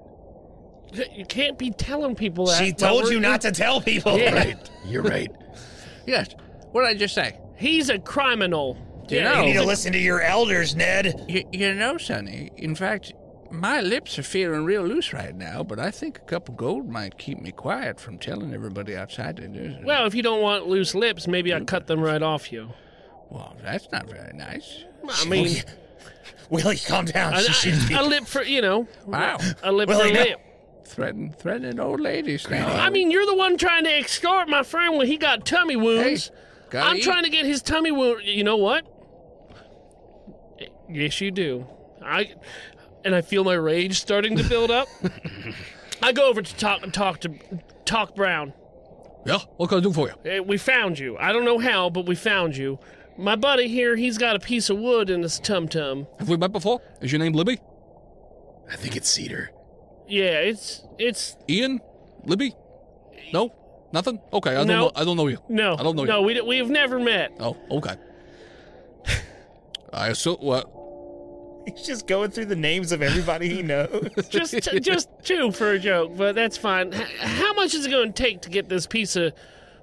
Speaker 3: You can't be telling people that.
Speaker 4: She
Speaker 3: while
Speaker 4: told
Speaker 3: we're
Speaker 4: you
Speaker 3: in-
Speaker 4: not to tell people.
Speaker 7: Yeah.
Speaker 11: You're right.
Speaker 7: Yes. What did I just say?
Speaker 3: He's a criminal.
Speaker 4: *laughs*
Speaker 7: You
Speaker 4: You
Speaker 7: know,
Speaker 4: need to
Speaker 7: you,
Speaker 4: listen to your elders, Ned.
Speaker 7: you know, Sonny. In fact, my lips are feeling real loose right now, but I think a couple gold might keep me quiet from telling everybody outside that there's a-
Speaker 3: Well, if you don't want loose lips, maybe I cut them right off you.
Speaker 7: well, that's not very nice.
Speaker 3: I mean,
Speaker 4: Willie, calm down.
Speaker 3: a,
Speaker 4: She shouldn't be.
Speaker 3: a lip for you know,
Speaker 7: Wow.
Speaker 3: a lip
Speaker 4: Willie,
Speaker 3: for
Speaker 4: no.
Speaker 3: a lip.
Speaker 7: Threaten, threatening old ladies now.
Speaker 3: I mean, you're the one trying to extort my friend when he got tummy wounds.
Speaker 7: Gotta
Speaker 3: I'm
Speaker 7: eat.
Speaker 3: trying to get his tummy wound. You know what? Yes, you do. I and I feel my rage starting to build
Speaker 5: *laughs*
Speaker 3: up. I go over to talk talk to talk Brown.
Speaker 5: Yeah. What can I do for you?
Speaker 3: Hey, we found you. I don't know how, but we found you. My buddy here, he's got a piece of wood in his tum tum.
Speaker 5: Have we met before? Is your name Libby?
Speaker 11: I think it's Cedar.
Speaker 3: Yeah, it's it's
Speaker 5: Ian? Libby? No. Nothing. Okay. I don't.
Speaker 3: No.
Speaker 5: Know, I don't know you.
Speaker 3: no,
Speaker 5: I don't know
Speaker 3: no. We we've never met.
Speaker 5: Oh. Okay. I assume. What?
Speaker 4: He's just going through the names of everybody he knows.
Speaker 3: just
Speaker 5: *laughs*
Speaker 3: just two for a joke, but that's fine. H- how much is it going to take to get this piece of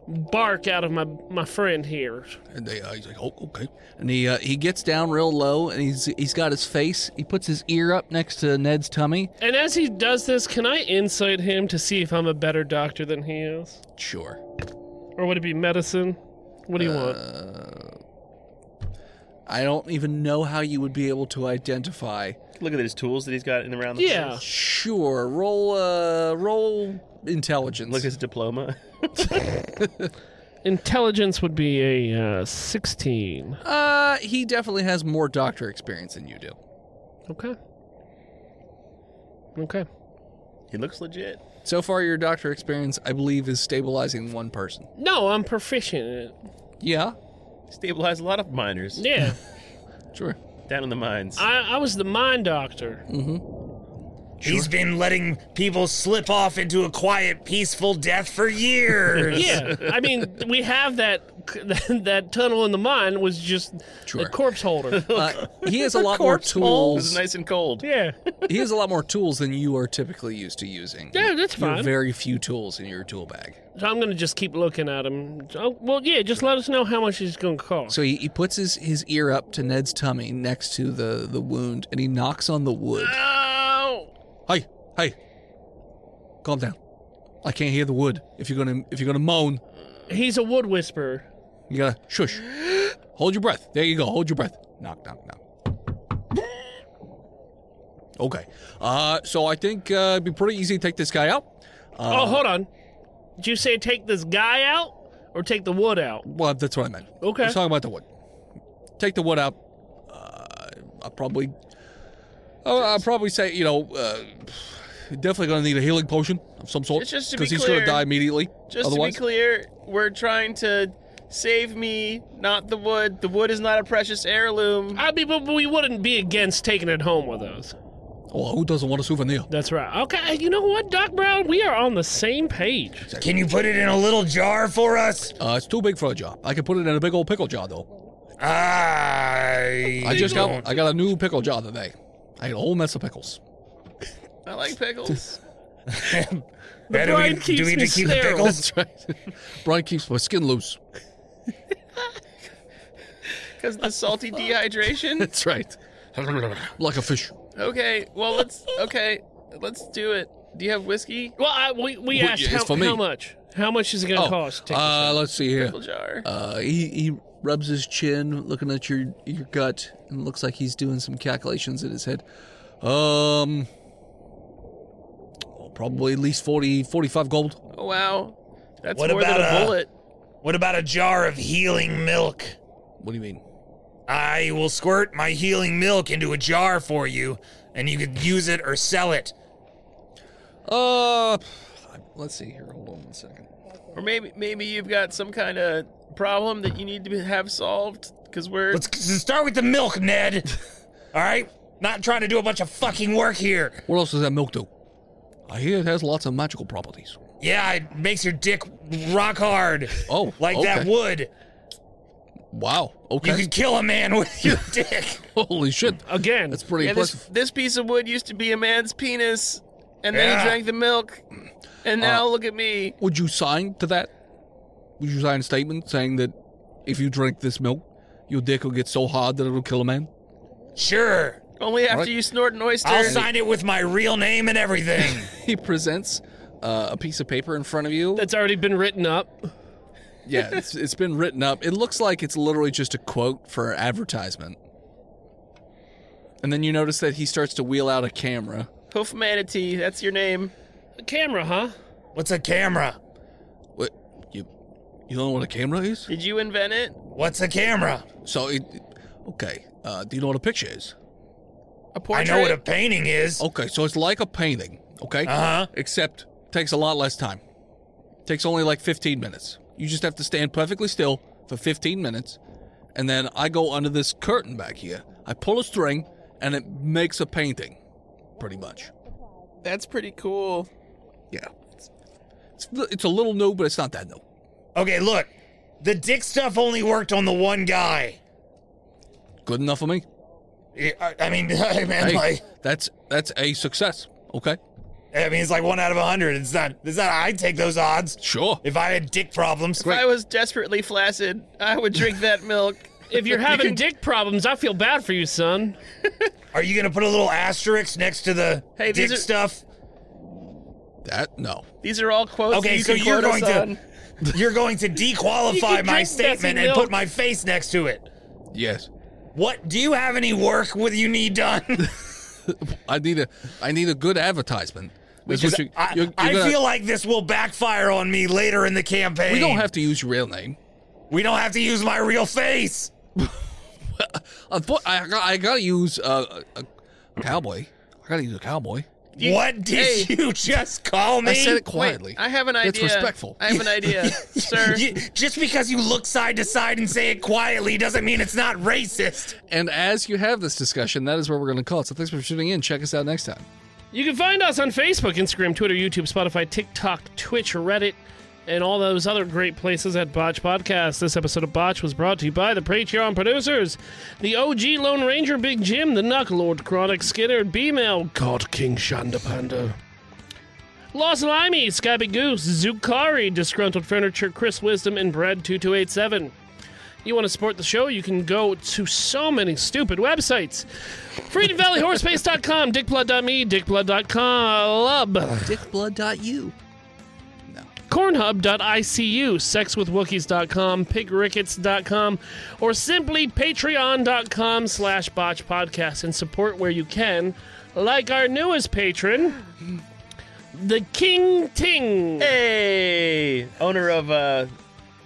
Speaker 3: bark out of my my friend here?
Speaker 5: And they, uh, he's like, oh, okay. And he uh, he gets down real low, and he's he's got his face. He puts his ear up next to Ned's tummy.
Speaker 3: And as he does this, can I insight him to see if I'm a better doctor than he is,
Speaker 5: Sure.
Speaker 3: or would it be medicine? What do you want?
Speaker 5: I don't even know how you would be able to identify.
Speaker 2: Look at these tools that he's got in around the
Speaker 3: Yeah,
Speaker 2: place.
Speaker 5: Sure. Roll uh roll intelligence.
Speaker 2: Look at his diploma. *laughs*
Speaker 3: intelligence would be a uh, sixteen.
Speaker 5: uh he definitely has more doctor experience than you do.
Speaker 3: Okay. Okay.
Speaker 2: *laughs* He looks legit.
Speaker 1: So far, your doctor experience, I believe, is stabilizing one person.
Speaker 3: No, I'm proficient in it.
Speaker 1: Yeah.
Speaker 2: Stabilize a lot of miners.
Speaker 3: Yeah.
Speaker 1: sure.
Speaker 2: Down in the mines.
Speaker 3: I, I was the mind doctor.
Speaker 1: Mm-hmm.
Speaker 4: He's been letting people slip off into a quiet, peaceful death for
Speaker 3: *laughs*
Speaker 4: years.
Speaker 3: yeah, I mean, we have that *laughs* that tunnel in the mine was just a corpse holder.
Speaker 5: *laughs*
Speaker 1: Uh, he has a lot more
Speaker 3: Corpse hole.
Speaker 1: tools.
Speaker 2: nice and cold.
Speaker 3: Yeah.
Speaker 1: he has a lot more tools than you are typically used to using.
Speaker 3: Yeah, that's
Speaker 1: You have
Speaker 3: fine.
Speaker 1: very few tools in your tool bag.
Speaker 3: So I'm gonna just keep looking at him. Oh, well, yeah, just let us know how much it's gonna cost.
Speaker 1: So he, he puts his, his ear up to Ned's tummy next to the, the wound and he knocks on the wood.
Speaker 3: Oh,
Speaker 1: Hey, hey. Calm down. I can't hear the wood. If you're gonna if you're gonna moan,
Speaker 3: he's a wood whisperer.
Speaker 1: You gotta
Speaker 5: *laughs*
Speaker 1: shush. Hold your breath. There you go. Hold your breath. Knock, knock, knock. Okay. Uh, so I think uh, it'd be pretty easy to take this guy out. Uh,
Speaker 3: oh, hold on. Did you say take this guy out or take the wood out?
Speaker 1: Well, that's what I meant.
Speaker 3: Okay.
Speaker 1: I was talking about the wood. Take the wood out. Uh, I probably. Oh, I'll probably say you know, uh, definitely gonna need a healing potion of some sort
Speaker 7: Just to be
Speaker 1: because he's
Speaker 7: clear,
Speaker 1: gonna die immediately.
Speaker 7: Just
Speaker 1: otherwise.
Speaker 7: to be clear, we're trying to save me, not the wood. The wood is not a precious heirloom.
Speaker 3: I mean, but we wouldn't be against taking it home with us.
Speaker 1: Well, who doesn't want a souvenir?
Speaker 3: That's right. Okay, you know what, Doc Brown? We are on the same page.
Speaker 4: Can you put it in a little jar for us?
Speaker 1: Uh, it's too big for a jar. I can put it in a big old pickle jar though.
Speaker 4: I,
Speaker 1: I just got
Speaker 4: don't-
Speaker 1: I got a new pickle jar today. I ate a whole mess of pickles.
Speaker 7: I
Speaker 2: *laughs*
Speaker 7: like pickles.
Speaker 4: Better we- do we have to keep the pickles?
Speaker 1: That's right. Brian keeps my skin loose.
Speaker 7: Because the salty dehydration?
Speaker 1: That's right. like a fish.
Speaker 7: Okay, well, let's. Okay, let's do it. Do you have whiskey?
Speaker 3: Well, I, we, we
Speaker 1: Well,
Speaker 3: asked
Speaker 1: yeah,
Speaker 3: how,
Speaker 1: it's for me.
Speaker 3: how much. How much is it going to
Speaker 1: Oh,
Speaker 3: cost? to take
Speaker 1: uh,
Speaker 3: this out?
Speaker 1: let's see here.
Speaker 7: Pickle jar.
Speaker 1: Uh, he he rubs his chin, looking at your your gut, and looks like he's doing some calculations in his head. Um, oh, probably at least 40, 45 gold.
Speaker 7: Oh, wow. That's
Speaker 4: What
Speaker 7: more
Speaker 4: about
Speaker 7: than a
Speaker 4: a-
Speaker 7: bullet.
Speaker 4: What about a jar of healing milk?
Speaker 1: What do you mean?
Speaker 4: I will squirt my healing milk into a jar for you, and you could use it or sell it.
Speaker 1: Uh, let's see here. Hold on one second.
Speaker 7: Or maybe maybe you've got some kind of problem that you need to have solved. Because we're.
Speaker 4: Let's s- start with the milk, Ned. All right? Not trying to do a bunch of fucking work here.
Speaker 1: What else does that milk do? I hear it has lots of magical properties.
Speaker 4: Yeah, it makes your dick rock hard.
Speaker 1: Oh,
Speaker 4: Like that
Speaker 1: okay.
Speaker 4: wood.
Speaker 1: Wow. Okay.
Speaker 4: You
Speaker 1: *laughs*
Speaker 4: could kill a man *laughs* with your dick.
Speaker 1: Holy shit.
Speaker 3: Again.
Speaker 1: That's pretty
Speaker 7: yeah, this,
Speaker 1: impressive.
Speaker 7: this piece of wood used to be a man's penis, and then
Speaker 1: Yeah.
Speaker 7: he drank the milk, and now
Speaker 4: Uh,
Speaker 7: look at me.
Speaker 1: Would you sign to that? Would you sign a statement saying that if you drink this milk, your dick will get so hard that it'll kill a man? *laughs*
Speaker 4: Sure.
Speaker 7: Only after
Speaker 1: Alright.
Speaker 7: you snort an oyster.
Speaker 4: I'll sign it with my real name and everything.
Speaker 1: He presents uh, a piece of paper in front of you.
Speaker 3: That's already been written up.
Speaker 1: yeah, it's, it's been written up. It looks like it's literally just a quote for an advertisement. And then you notice that he starts to wheel out a camera.
Speaker 7: Hoof manatee. That's your name.
Speaker 3: A camera, huh?
Speaker 4: What's a camera?
Speaker 1: What you you don't know what a camera is?
Speaker 7: Did you invent it?
Speaker 4: What's a camera?
Speaker 1: So it okay. Uh, do you know what a picture is?
Speaker 7: A
Speaker 4: I
Speaker 7: portrait.
Speaker 4: know what a painting is.
Speaker 1: Okay, so it's like a painting, okay?
Speaker 4: Uh-huh.
Speaker 1: Except takes a lot less time. Takes only like 15 minutes. You just have to stand perfectly still for 15 minutes, and then I go under this curtain back here. I pull a string, and it makes a painting, pretty much.
Speaker 7: That's pretty cool.
Speaker 1: Yeah. It's, it's a little new, but it's not that new.
Speaker 4: Okay, look. The dick stuff only worked on the one guy.
Speaker 1: Good enough for me.
Speaker 4: Yeah, I I mean, *laughs* I mean,
Speaker 1: Hey,
Speaker 4: like,
Speaker 1: that's that's a success. Okay.
Speaker 4: I mean, it's like one out of a hundred. It's not. It's not. I take those odds.
Speaker 1: Sure.
Speaker 4: If I had dick problems,
Speaker 7: If I was desperately flaccid, I would drink that milk.
Speaker 1: *laughs*
Speaker 3: If you're having dick problems, I feel bad for you, son.
Speaker 4: are you gonna put a little asterisk next to the
Speaker 7: Hey,
Speaker 4: dick
Speaker 7: these are-
Speaker 4: stuff?
Speaker 1: That no.
Speaker 7: These are all quotes. that
Speaker 4: Okay,
Speaker 7: you
Speaker 4: so
Speaker 7: can
Speaker 4: you're
Speaker 7: quote us
Speaker 4: going to
Speaker 7: on.
Speaker 4: *laughs* you're going to
Speaker 3: *laughs* You
Speaker 4: dequalify
Speaker 3: can
Speaker 4: my
Speaker 3: drink messy
Speaker 4: statement and put
Speaker 3: milk.
Speaker 4: my face next to it.
Speaker 1: Yes.
Speaker 4: What do you have any work with you need done?
Speaker 1: I need a I need a good advertisement. That's what you-
Speaker 4: I,
Speaker 1: you're- you're
Speaker 4: I
Speaker 1: gonna-
Speaker 4: feel like this will backfire on me later in the campaign.
Speaker 1: we don't have to use your real name.
Speaker 4: We don't have to use my real face.
Speaker 1: Unfo- I, I gotta use uh, a, a cowboy. I gotta use a cowboy.
Speaker 7: You-
Speaker 4: what did
Speaker 7: Hey.
Speaker 4: you *laughs* just call me?
Speaker 7: I said it quietly. Wait, I have an That's idea. respectful. I have
Speaker 4: *laughs*
Speaker 7: an idea, sir.
Speaker 4: You- just because you look side to side and say it quietly doesn't mean it's not racist.
Speaker 5: And as you have this discussion, that is where we're going to call it. So thanks for tuning in. Check us out next time.
Speaker 3: You can find us on Facebook, Instagram, Twitter, YouTube, Spotify, TikTok, Twitch, Reddit, and all those other great places at Botch Podcast. This episode of Botch was brought to you by the Patreon producers, the OG Lone Ranger Big Jim, the Knuck Lord Chronic Skinner, B-Mail, God King Shandapanda. Lost Limey, Scabby Goose, Zukari, Disgruntled Furniture, Chris Wisdom, and Bread2287. You want to support the show? You can go to so many stupid websites. Freedom Valley Horsepace.com, dickblood.me, dickblood.com, dickblood.u. Cornhub.icu, sexwithwookiees.com, pigrickets.com, or simply patreon.com slash botch podcast and support where you can, like our newest patron, the King Ting.
Speaker 2: Hey, owner of uh,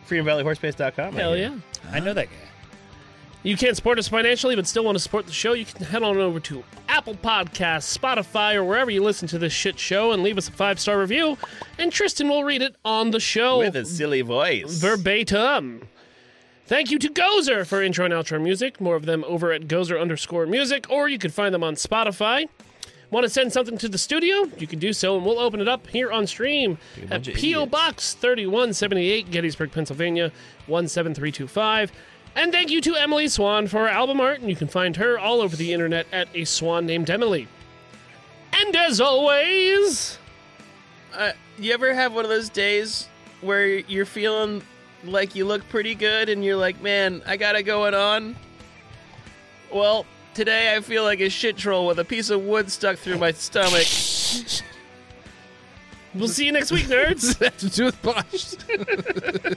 Speaker 2: FreedomValleyHorsepace.com.
Speaker 3: Hell yeah.
Speaker 2: I know that guy.
Speaker 3: You can't support us financially, but still want to support the show. You can head on over to Apple Podcasts, Spotify, or wherever you listen to this shit show and leave us a five star review. And Tristan will read it on the show
Speaker 2: With a silly voice.
Speaker 3: verbatim. Thank you to Gozer for intro and outro music. More of them over at Gozer underscore music, or you can find them on Spotify. Want to send something to the studio? You can do so, and we'll open it up here on stream at
Speaker 2: of
Speaker 3: P.O. Box 3178, Gettysburg, Pennsylvania 17325. And thank you to Emily Swan for her album art, and you can find her all over the internet at a swan named Emily. And as always,
Speaker 7: Uh, you ever have one of those days where you're feeling like you look pretty good and you're like, man, I got it going on? Well, today I feel like a shit troll with a piece of wood stuck through my stomach.
Speaker 3: we'll see you next week, nerds.
Speaker 5: *laughs*
Speaker 3: Does
Speaker 5: that have to do with Bosch?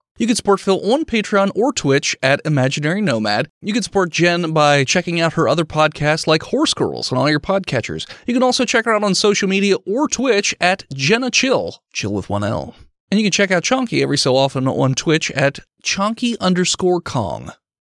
Speaker 5: You can support Phil on Patreon or Twitch at Imaginary Nomad. You can support Jen by checking out her other podcasts like Horse Girls on all your podcatchers. You can also check her out on social media or Twitch at Jenna Chill, chill with one L. And you can check out Chonky every so often on Twitch at Chonky underscore Kong.